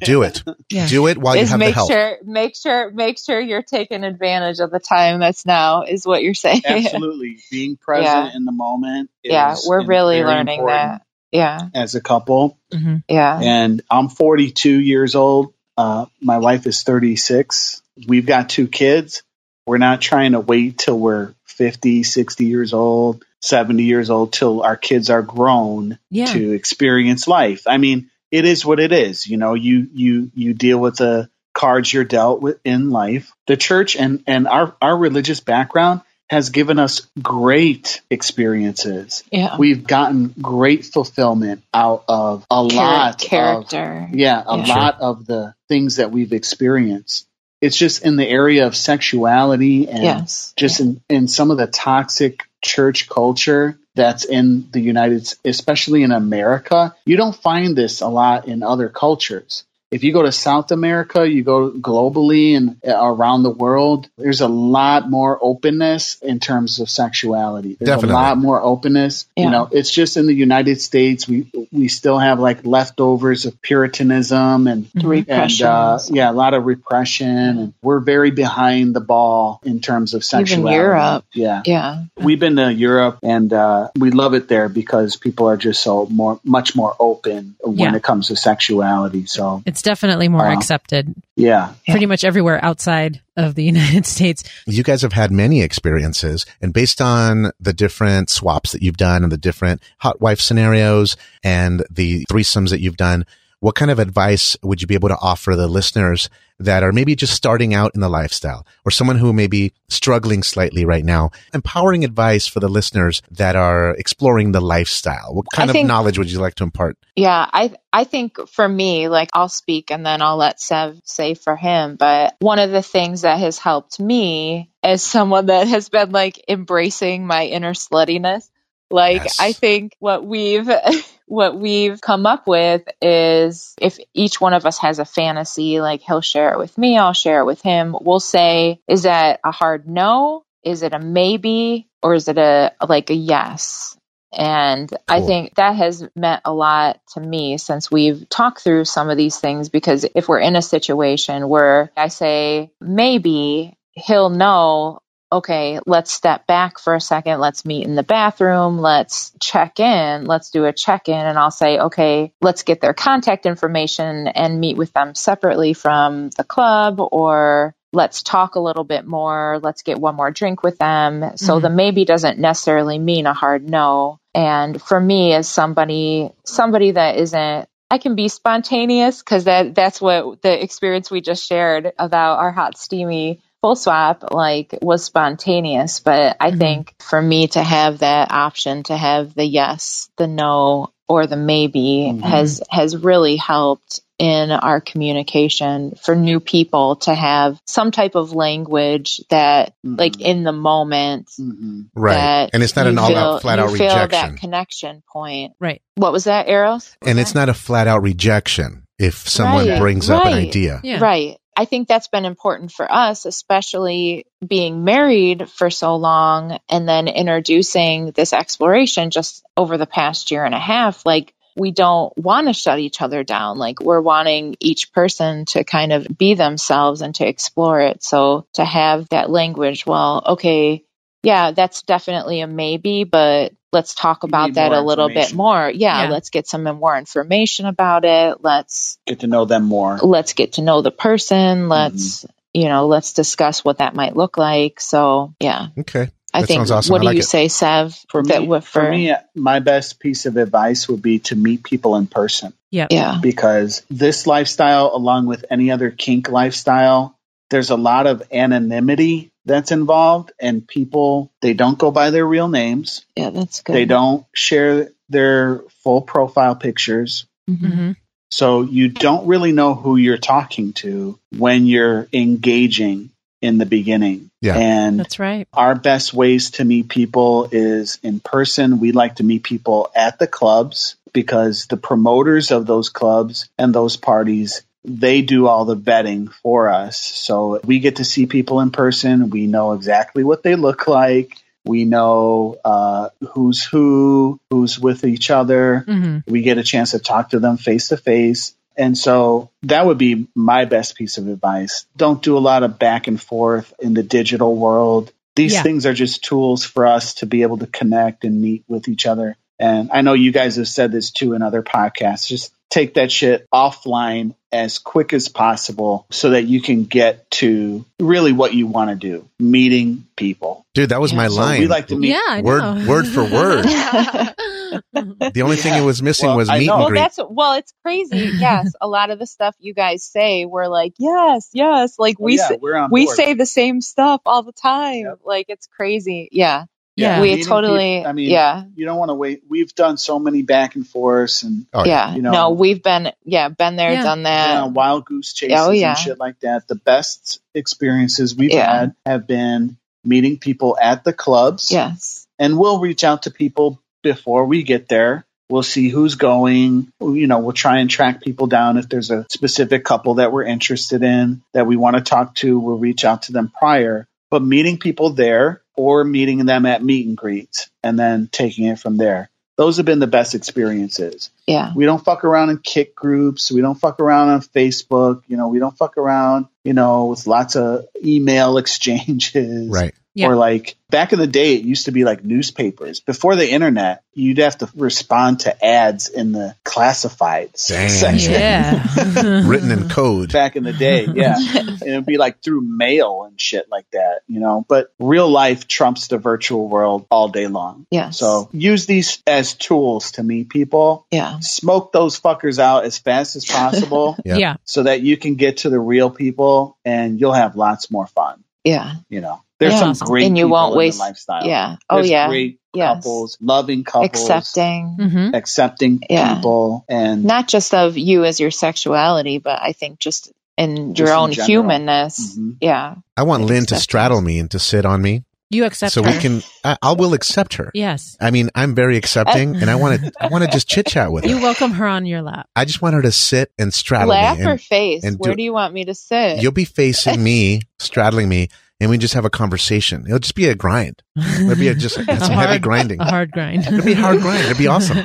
C: Do it. (laughs)
A: Yeah.
C: Do it while you
D: is
C: have the
D: make
C: help.
D: sure make sure make sure you're taking advantage of the time that's now is what you're saying.
B: Absolutely. Being present in the moment. Is
D: (laughs) yeah, we're
B: in-
D: really
B: very
D: learning
B: important
D: that. Yeah.
B: as a couple.
A: Mhm.
D: Yeah.
B: And I'm 42 years old. Uh, my wife is 36. We've got two kids. We're not trying to wait till we're 50, 60 years old, 70 years old, till our kids are grown
A: Yeah.
B: to experience life. I mean, it is what it is. You know, you you you deal with the cards you're dealt with in life. The church and and our our religious background has given us great experiences.
D: Yeah.
B: We've gotten great fulfillment out of a lot of
D: character.
B: yeah, a
D: Yeah.
B: lot of the things that we've experienced. It's just in the area of sexuality and
D: yes.
B: just in, in some of the toxic church culture that's in the United S- especially in America. You don't find this a lot in other cultures. If you go to South America, you go globally and uh, around the world, there's a lot more openness in terms of sexuality. There's
C: Definitely.
B: a lot more openness.
D: Yeah.
B: You know, it's just in the United States we we still have like leftovers of puritanism and
A: Mhm.
B: and
D: repression.
B: uh, yeah, a lot of repression. And we're very behind the ball in terms of sexuality.
D: Europe.
B: yeah,
D: yeah.
B: we've been to Europe and uh, we love it there because people are just so more, much more open when
A: Yeah.
B: it comes to sexuality. So
A: It's definitely more
B: Uh,
A: accepted
B: yeah,
D: Yeah.
A: pretty much everywhere outside of the (laughs) United States.
C: you guys have had many experiences and based on the different swaps that you've done and the different hot wife scenarios and the threesomes that you've done, what kind of advice would you be able to offer the listeners that are maybe just starting out in the lifestyle or someone who may be struggling slightly right now? Empowering advice for the listeners that are exploring the lifestyle. What kind
D: I
C: of
D: think-
C: knowledge would you like to impart?
D: Yeah, I I think for me, like I'll speak and then I'll let Sev say for him. But one of the things that has helped me as (laughs) someone that has been like embracing my inner sluttiness, like
C: Yes.
D: I think what we've (laughs) what we've come up with is if each one of us has a fantasy, like he'll share it with me, I'll share it with him. We'll say, is that a hard no? Is it a maybe? Or is it a like a yes? And I
C: Cool.
D: think that has meant a lot to me since we've talked through some of these things. Because if we're in a situation where I say, maybe he'll know, okay, let's step back for a second. Let's meet in the bathroom. Let's check in. Let's do a check in. And I'll say, okay, let's get their contact information and meet with them separately from the club or let's talk a little bit more. Let's get one more drink with them. So
A: Mhm.
D: the maybe doesn't necessarily mean a hard no. And for me as somebody, somebody that isn't I can be spontaneous because that that's what the experience we just shared about our hot steamy full swap like was spontaneous, but I
C: Mm-hmm.
A: Mhm.
D: think for me to have that option to have the yes, the no, or the maybe
B: Mhm.
D: has
C: Mm-hmm.
D: has really helped in our communication for new people to have some type of language that like in the moment
B: Mhm.
C: Right.
D: that
C: and it's Mm-hmm. not an
D: you
C: all
D: feel-
C: out flat
D: you
C: out
D: feel
C: rejection.
D: that connection point.
A: Right.
D: What was that, Eros?
C: and it's not a flat out rejection if someone
D: Right.
C: brings up an
D: Right.
C: idea.
A: Yeah.
D: Right. I think that's been important for us, especially being married for so long and then introducing this exploration just over the past year and a half. Like, we don't want to shut each other down. Like, we're wanting each person to kind of be themselves and to explore it. So, to have that language, well, okay, yeah, that's definitely a maybe, but let's talk
B: You
D: about
B: need
D: that
B: more
D: a little bit
B: information.
D: more. Yeah,
A: Yeah.
D: let's get some more information about it. Let's
B: Get to know them more.
D: let's get to know the
C: Mm-hmm.
D: person let's you know let's discuss what that might look like so yeah
C: Okay.
D: i
C: That
D: think
C: sounds awesome.
D: what
C: I
D: do
C: like
D: you
C: it.
D: say sev
B: For
D: that
B: me,
D: would-
B: for me, my best piece of advice would be to meet people in person.
D: yeah
B: because this lifestyle, along with any other kink lifestyle, there's a lot of anonymity that's involved, and people they don't go by their real names.
D: yeah that's good
B: They don't share their full profile pictures.
D: Mhm.
A: Mm-hmm.
B: So you don't really know who you're talking to when you're engaging in the beginning.
C: Yeah.
B: And
A: That's right.
B: our best ways to meet people is in person. We like to meet people at the clubs because the promoters of those clubs and those parties, they do all the vetting for us. So we get to see people in person. We know exactly what they look like. We know uh, who's who, who's with each other
A: Mm-hmm.
B: we get a chance to talk to them face to face. And so that would be my best piece of advice. Don't do a lot of back and forth in the digital world. These
A: Yeah.
B: things are just tools for us to be able to connect and meet with each other. And I know you guys have said this too in other podcasts. Just take that shit offline as quick as possible so that you can get to really what you want to do meeting people.
C: Dude, that was
D: Yeah.
C: my
B: So
C: line.
B: we like to meet.
A: Yeah. I
C: Word-
A: know.
C: word
A: (laughs)
C: for word.
D: (laughs)
C: the only thing
B: Yeah.
C: it was missing
B: Well,
C: was
B: I
C: meet
B: know.
C: and
D: well
C: greet.
D: that's well it's crazy yes a lot of the stuff you guys say we're like yes yes like we
B: Oh, Yeah,
D: say,
B: we're on
D: we
B: board.
D: say the same stuff all the time
B: Yep.
D: like it's crazy yeah,
A: Yeah.
D: we
B: meeting
D: totally
B: peop- I mean,
D: yeah
B: you don't want to wait. We've done so many back and forths and
C: Oh, yeah.
D: yeah
B: You know.
D: no we've been yeah been there
A: Yeah.
D: done
B: you
D: that
B: know, wild goose chases
D: Oh, yeah.
B: and shit like that. The best experiences we've
D: Yeah.
B: had have been meeting people at the clubs.
D: yes
B: And we'll reach out to people before we get there. We'll see who's going. You know, we'll try and track people down. If there's a specific couple that we're interested in that we want to talk to, we'll reach out to them prior. But meeting people there or meeting them at meet and greets and then taking it from there. Those have been the best experiences.
D: yeah
B: We don't fuck around in kick groups. We don't fuck around on Facebook. You know, we don't fuck around, you know, with lots of email (laughs) exchanges.
C: Oh, Right.
A: Yeah.
B: Or like back in the day, it used to be like newspapers. Before the internet, you'd have to respond to ads in the classifieds
C: Damn.
B: section.
A: (laughs) yeah.
C: Written
A: (laughs)
C: in
B: (laughs)
C: code.
B: Back in the day, yeah. and it'd be like through mail and shit like that, you know. But real life trumps the virtual world all day long.
D: yes
B: So use these as tools to meet people
D: yeah
B: smoke those fuckers out as fast as
D: (laughs)
B: possible
C: Yeah.
A: Yeah.
B: so that you can get to the real people and you'll have lots more fun.
D: yeah
B: You know, there's
D: Yeah.
B: some great
D: And you
B: people
D: won't
B: in the
D: waste-
B: lifestyle.
D: yeah oh
B: There's
D: yeah
B: great
D: Yes.
B: couples, loving couples,
D: accepting
A: Mm-hmm.
B: accepting
D: Yeah.
B: people, and
D: not just of you as your sexuality but i think just in
B: Just
D: your
B: in
D: own
B: general.
D: humanness
B: Mhm.
D: yeah
C: I want
D: Like
C: Lynn to
D: acceptance.
C: straddle me and to sit on me
A: You accept
C: so
A: her.
C: we can, I, I will accept her.
A: Yes.
C: I mean, I'm very accepting and I want to, I want to just chit chat with
A: You
C: her.
A: welcome her on your lap.
C: I just want her to sit and straddle
D: laugh
C: me.
D: or
C: And
D: face
C: and
D: where
C: do-
D: do, you want me to sit
C: you'll be facing me, straddling me, and we just have a conversation. It'll just be a grind. It'll be a, just
A: A
C: some heavy
A: hard-
C: grinding.
A: (laughs) A hard grind.
C: It'll (laughs) be a hard grind. It'll be
A: (laughs)
C: awesome.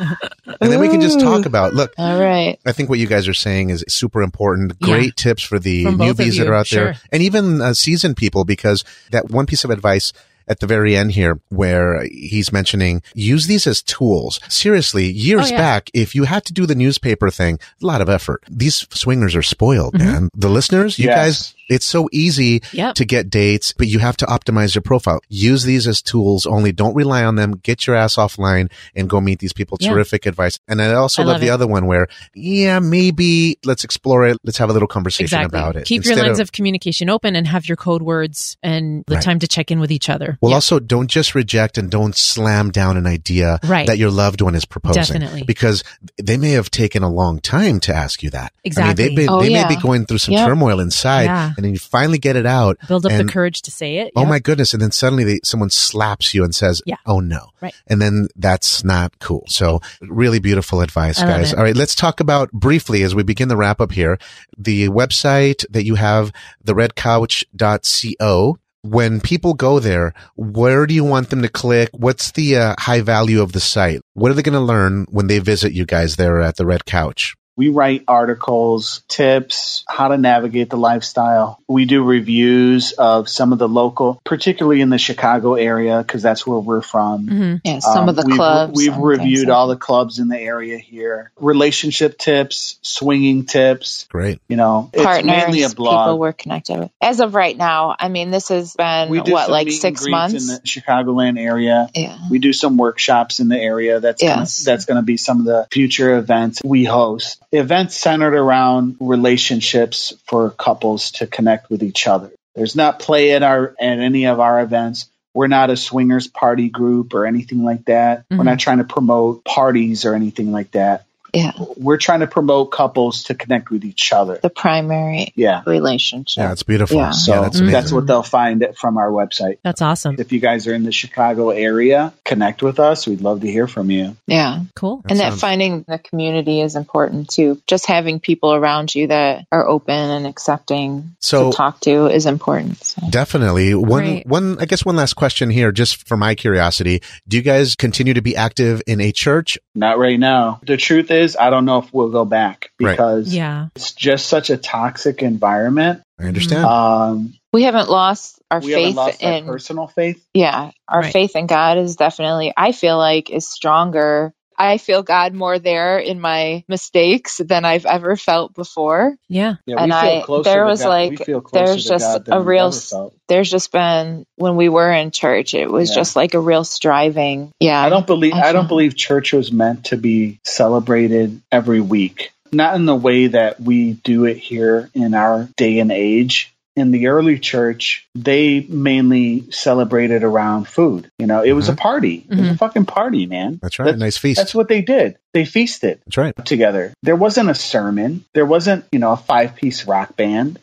C: And then we can just talk
D: Ooh.
C: about, look,
D: all right
C: I think what you guys are saying is super important.
A: Yeah.
C: Great tips for the
A: From both of
C: newbies that
A: you,
C: are out
A: sure.
C: there and even uh, seasoned people because that one piece of advice at the very end here where he's mentioning use these as tools. Seriously, years
A: Oh, yeah.
C: back, if you had to
A: Mm-hmm.
C: do the newspaper thing, a lot of effort. These swingers are spoiled, man. The listeners, you
B: Yes.
C: guys, It's so easy
A: Yep.
C: to get dates, but you have to optimize your profile. Use these as tools only. Don't rely on them. Get your ass offline and go meet these people.
A: Yeah.
C: Terrific advice. And I also
A: I
C: love,
A: love
C: the
A: it.
C: other one where, yeah, maybe let's explore it. Let's have a little conversation
A: Exactly.
C: about it.
A: Keep your
C: Instead
A: lines of, communication open and have your code words and the
C: Right.
A: time to check in with each other.
C: well,
A: Yeah.
C: also don't just reject and don't slam down an idea
A: Right.
C: that your loved one is proposing.
A: Definitely.
C: Because they may have taken a long time to ask you that. I mean,
A: Exactly.
C: they've been,
D: Oh,
C: they
D: yeah.
C: may be going through some
D: Yep.
C: turmoil inside
A: Yeah.
C: and then you finally get it out.
A: Build up
C: and-
A: the courage to say it.
C: Oh
A: Yep.
C: my goodness. And then suddenly they, someone slaps you and says,
A: Yeah.
C: oh no.
A: Right.
C: And then that's not cool. So really beautiful advice,
A: I love
C: guys.
A: it.
C: All right. Let's talk about briefly as we begin the wrap up here, the website that you have, theredcouch.co. When people go there, where do you want them to click? What's the uh, high value of the site? What are they going to learn when they visit you guys there at the Red Couch?
B: We write articles, tips, how to navigate the lifestyle. We do reviews of some of the local, particularly in the Chicago area, because that's where we're from.
A: Mhm.
D: Yeah, some
B: Um,
D: of the
B: we've,
D: clubs.
B: We've
D: and things
B: reviewed
D: like
B: all the clubs in the area here. Relationship tips, swinging tips.
C: Great.
B: You know, it's
D: partners,
B: mainly a
D: people
B: blog.
D: we're connected with. As of right now, I mean, this has been
B: do
D: what,
B: some
D: like
B: meet and
D: six
B: greets
D: months?
B: in the Chicagoland area.
D: yeah.
B: We do some workshops in the area. That's
D: Yes.
B: gonna, that's going to be some of the future events we host. Events centered around relationships for couples to connect with each other. There's not play at our at any of our events. We're not a swingers party group or anything like that.
A: Mhm.
B: We're not trying to promote parties or anything like that.
D: Yeah.
B: We're trying to promote couples to connect with each other.
D: The primary
B: Yeah.
D: relationship.
C: Yeah, it's beautiful.
D: Yeah.
B: So
C: yeah, that's
B: that's,
A: Mm.
C: amazing.
B: what they'll find from our website.
A: That's awesome.
B: If you guys are in the Chicago area, connect with us. We'd love to hear from you.
D: yeah.
A: Cool.
C: That
D: and
C: sounds-
D: that finding the community is important too. Just having people around you that are open and accepting
C: So-
D: to talk to is important. So.
C: Definitely. One
A: Right.
C: one I guess one last question here just for my curiosity. Do you guys continue to be active in a church?
B: Not right now. The truth is, I don't know if we'll go back
C: Right.
B: because
A: Yeah.
B: it's just such a toxic environment.
C: I understand.
B: Um,
D: We haven't lost our
B: we haven't
D: faith
B: lost our
D: in
B: personal faith.
D: yeah, our
A: Right.
D: faith in God is definitely I feel like is stronger. I feel God more there in my mistakes than I've ever felt before.
A: Yeah.
B: Yeah,
D: And
B: we feel
D: I-
B: closer
D: there
B: to
D: was
B: God-
D: like-
B: we feel closer
D: there's
B: to
D: just
B: God than
D: a
B: we've
D: real
B: ever
D: s-
B: felt.
D: There's just been when we were in church, it was
B: Yeah.
D: just like a real striving. Yeah.
B: I don't believe I
D: Excellent.
B: don't believe church was meant to be celebrated every week. Not in the way that we do it here in our day and age. In the early church, they mainly celebrated around food. You know, it was a party. It was a fucking party, man.
C: Mm-hmm. that's right. nice feast.
B: That's what they did. They feasted
C: that's right.
B: together. There wasn't a sermon. There wasn't, you know, a five piece rock band.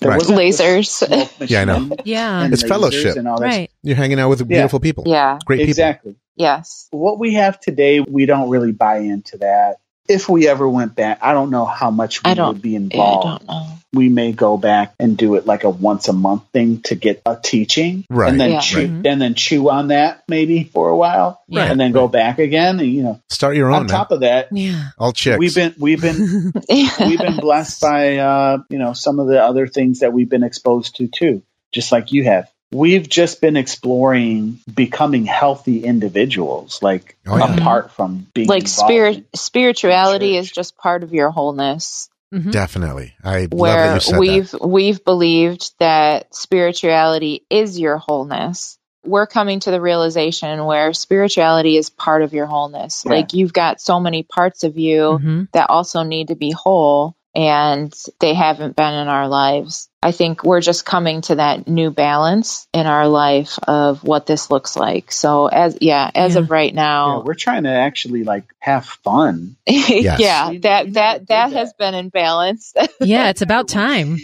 B: There
C: Right.
B: wasn't the
D: Lasers.
B: smoke
C: Yeah, I know.
B: machine
A: Yeah.
B: and
C: It's
B: lasers
C: fellowship.
B: and all that
A: Right.
C: You're hanging out with beautiful people.
D: (laughs) yeah.
C: Great people.
B: exactly.
D: Yes.
B: What we have today, we don't really buy into that. If we ever went back, I don't know how much we
D: I don't-
B: would be
D: Yeah, I
B: involved.
D: don't know. (laughs)
B: we may go back and do it like a once a month thing to get a teaching,
C: Right.
B: And then
D: Yeah.
B: chew,
A: Right.
B: and then chew on that maybe for a while,
A: Yeah.
B: and then go back again. And, you know,
C: Start your
B: on
C: own. Man.
B: top of that,
A: Yeah.
C: All chicks.
B: we've been we've been we've been
D: (laughs)
B: blessed by uh, you know some of the other things that we've been exposed to too, just like you have. We've just been exploring becoming healthy individuals, like
C: Oh, yeah.
B: apart from being
D: like
B: involved
D: spirit
B: in-
D: spirituality
B: Church.
D: is just part of your wholeness
A: Mhm.
C: Definitely. I love that
D: Mm-hmm. where
C: you said that.
D: we've we've believed that spirituality is your wholeness we're coming to the realization where spirituality is part of your wholeness
B: Yeah. Mm-hmm.
D: like you've got so many parts of you
B: Oh.
A: Mhm.
D: that also need to be whole and they haven't been in our lives i think we're just coming to that new balance in our life of what this looks like so as yeah as
A: Yeah.
D: of right
B: Yeah,
D: now
B: we're trying to actually like have fun.
C: Yes.
D: (laughs) yeah,
B: We- we
D: that
B: never did
D: that that
B: that.
D: has been in balance. (laughs) Oh
A: Yeah. It's about time,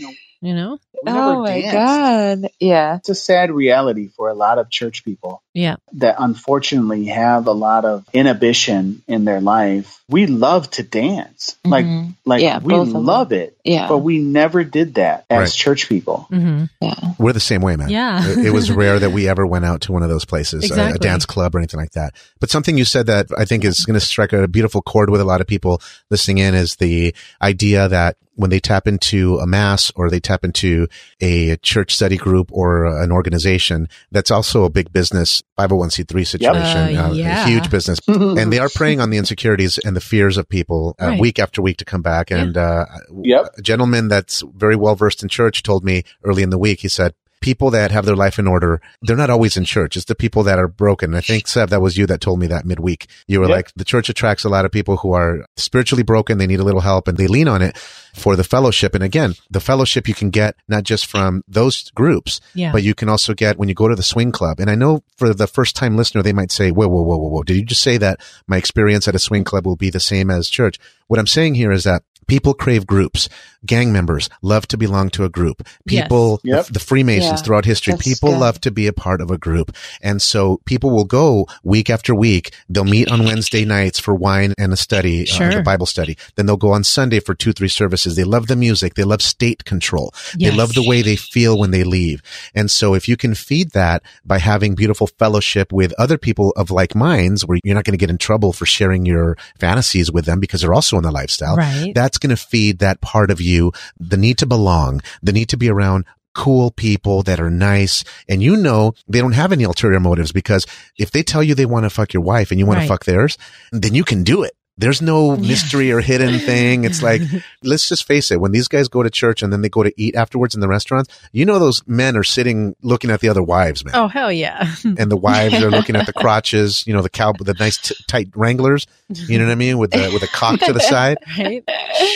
B: You know,
A: you know?
B: we never danced.
D: god! Yeah,
B: It's a sad reality for a lot of church people
A: Yeah.
B: that unfortunately have a lot of inhibition in their life. We love to dance. Like
D: Mhm.
B: like
D: Yeah,
B: we
D: both of them.
B: love it.
D: yeah,
B: (laughs) But we never did that as
C: Right.
B: church people.
A: hmm
D: yeah,
C: We're the same way, man.
A: Yeah.
C: it, it
A: (laughs)
C: was rare that we ever went out to one of those places, a- a,
A: Exactly.
C: dance club or anything like that. But something you said that I think is going to strike a beautiful chord with a lot of people listening in is the idea that when they tap into a mass or they tap into a church study group or an organization, that's also a big business 501c3 situation,
A: Uh, yeah.
C: a huge business. and they are preying on the insecurities and the fears of people uh,
A: Right.
C: week after week to come back. And uh,
B: Yep.
C: a gentleman that's very well versed in church told me early in the week, he said, People that have their life in order, they're not always in church. It's the people that are broken. I think, Seb, that was you that told me that midweek. You were
B: Yep.
C: like, the church attracts a lot of people who are spiritually broken. They need a little help and they lean on it for the fellowship. And again, the fellowship you can get not just from those groups,
A: Yeah.
C: but you can also get when you go to the swing club. And I know for the first time listener, they might say, whoa, whoa, whoa, whoa, whoa. Did you just say that my experience at a swing club will be the same as church? What I'm saying here is that people crave groups. Gang members love to belong to a group.
A: Yes.
C: People,
B: Yep.
C: the, the Freemasons
D: Yeah.
C: throughout history,
D: That's
C: people
D: good.
C: love to be a part of a group. And so people will go week after week. They'll meet on Wednesday nights for wine and a study, uh,
A: Sure.
C: the Bible study. Then they'll go on Sunday for two, three services. They love the music. They love state control.
A: Yes.
C: They love the way they feel when they leave. And so if you can feed that by having beautiful fellowship with other people of like minds where you're not going to get in trouble for sharing your fantasies with them because they're also in the lifestyle,
A: Right.
C: that's going to feed that part of you, the need to belong, the need to be around cool people that are nice. And you know, they don't have any ulterior motives because if they tell you they want to fuck your wife and you want
A: Right.
C: to fuck theirs, then you can do it. There's no
A: Yeah.
C: mystery or
A: (laughs)
C: hidden thing. It's like, let's just face it. When these guys go to church and then they go to eat afterwards in the restaurants, you know, those men are sitting looking at the other wives, man.
A: oh, hell yeah. (laughs)
C: And the wives are looking at the crotches, you know, the cow, the nice t- tight wranglers. You know what I mean? With the, with a cock
A: (laughs)
C: to the side.
A: right?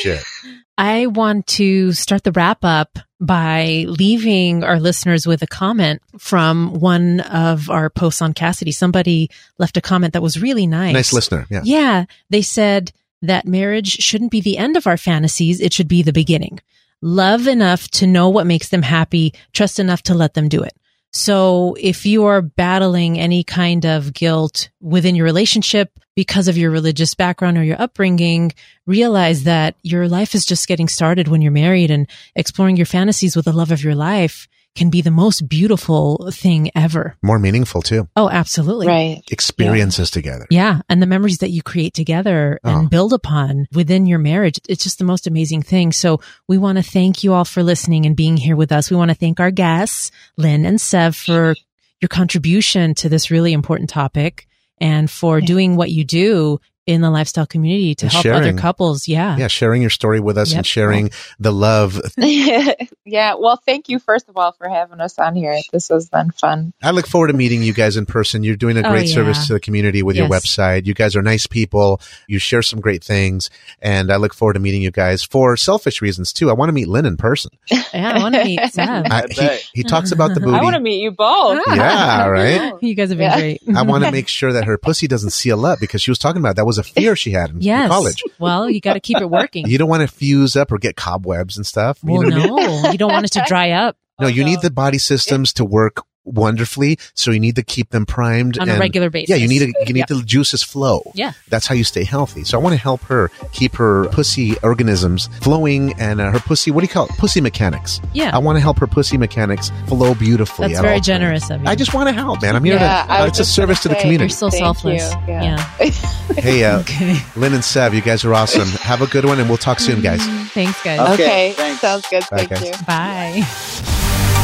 C: Shit.
A: I want to start the wrap up by leaving our listeners with a comment from one of our posts on Cassidy. Somebody left a comment that was really nice.
C: Nice listener. Yeah.
A: Yeah. They said that marriage shouldn't be the end of our fantasies. It should be the beginning. Love enough to know what makes them happy. Trust enough to let them do it. So if you are battling any kind of guilt within your relationship because of your religious background or your upbringing, realize that your life is just getting started when you're married and exploring your fantasies with the love of your life can be the most beautiful thing ever.
C: More meaningful too.
A: Oh, absolutely.
D: Right. (laughs)
C: Experiences together.
A: Yeah. And the memories that you create together and
C: Oh.
A: build upon within your marriage. It's just the most amazing thing. So we want to thank you all for listening and being here with us. We want to thank our guests, Lynn and Sev, for your contribution to this really important topic and for doing what you do in the lifestyle community to
C: And
A: help other
C: sharing.
A: couples. Yeah.
C: Yeah. Sharing your story with us
A: Yep.
C: and sharing the love.
D: yeah. Well, thank you first of all for having us on here. This has been fun.
C: I look forward to meeting you guys in person. You're doing a
A: Oh,
C: great
A: yeah.
C: service to the community with your
A: Yes.
C: website. You guys are nice people. You share some great things. And I look forward to meeting you guys for selfish reasons too. I want to meet Lynn in person.
A: Yeah, I want
D: (laughs)
A: to (laughs) meet Sev.
C: I,
B: I
C: he,
B: bet.
C: he talks
A: (laughs)
C: about the
A: I
C: booty.
D: I want to meet you both.
A: Ah.
C: Yeah, right?
A: You guys have been
D: Yeah.
A: great.
C: I want to make sure that her pussy doesn't seal up because she was talking about that was a fear she had in, in
A: (laughs) yes.
C: college.
A: Well, you got to keep it
C: (laughs)
A: working.
C: You don't want to fuse up or get cobwebs and stuff. You
A: well,
C: know what I mean?
A: no, you don't want it to dry up
C: No, you need
D: Oh,
C: the
A: Um,
C: body systems to work wonderfully. So you need to keep them primed
A: on
C: and
A: a regular basis.
C: Yeah, you need to, you need
A: Yeah.
C: the juices flow.
A: Yeah.
C: that's how you stay healthy. So I want to help her keep her pussy organisms flowing and uh, her pussy. What do you call it? Pussy mechanics.
A: Yeah.
C: I want to help her pussy mechanics flow beautifully.
A: That's
C: at
A: very
C: all times.
A: generous of you.
C: I just want to help, man. I'm here
D: Yeah,
C: to. uh,
D: I was
C: it's a
D: just gonna
C: service to the
D: say,
A: You're
C: community.
D: (laughs)
A: so
D: Thank
A: selfless.
D: you.
A: Yeah.
D: Yeah.
C: hey, uh,
A: Okay.
C: Lynn and Sav, you guys are awesome. Have a good one, and we'll talk soon, guys.
A: Thanks, guys.
B: Okay,
D: (laughs) Okay.
B: thanks.
D: Sounds good.
C: Bye,
D: Thank
C: guys.
D: you.
A: Bye.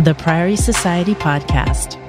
A: The Priory Society Podcast.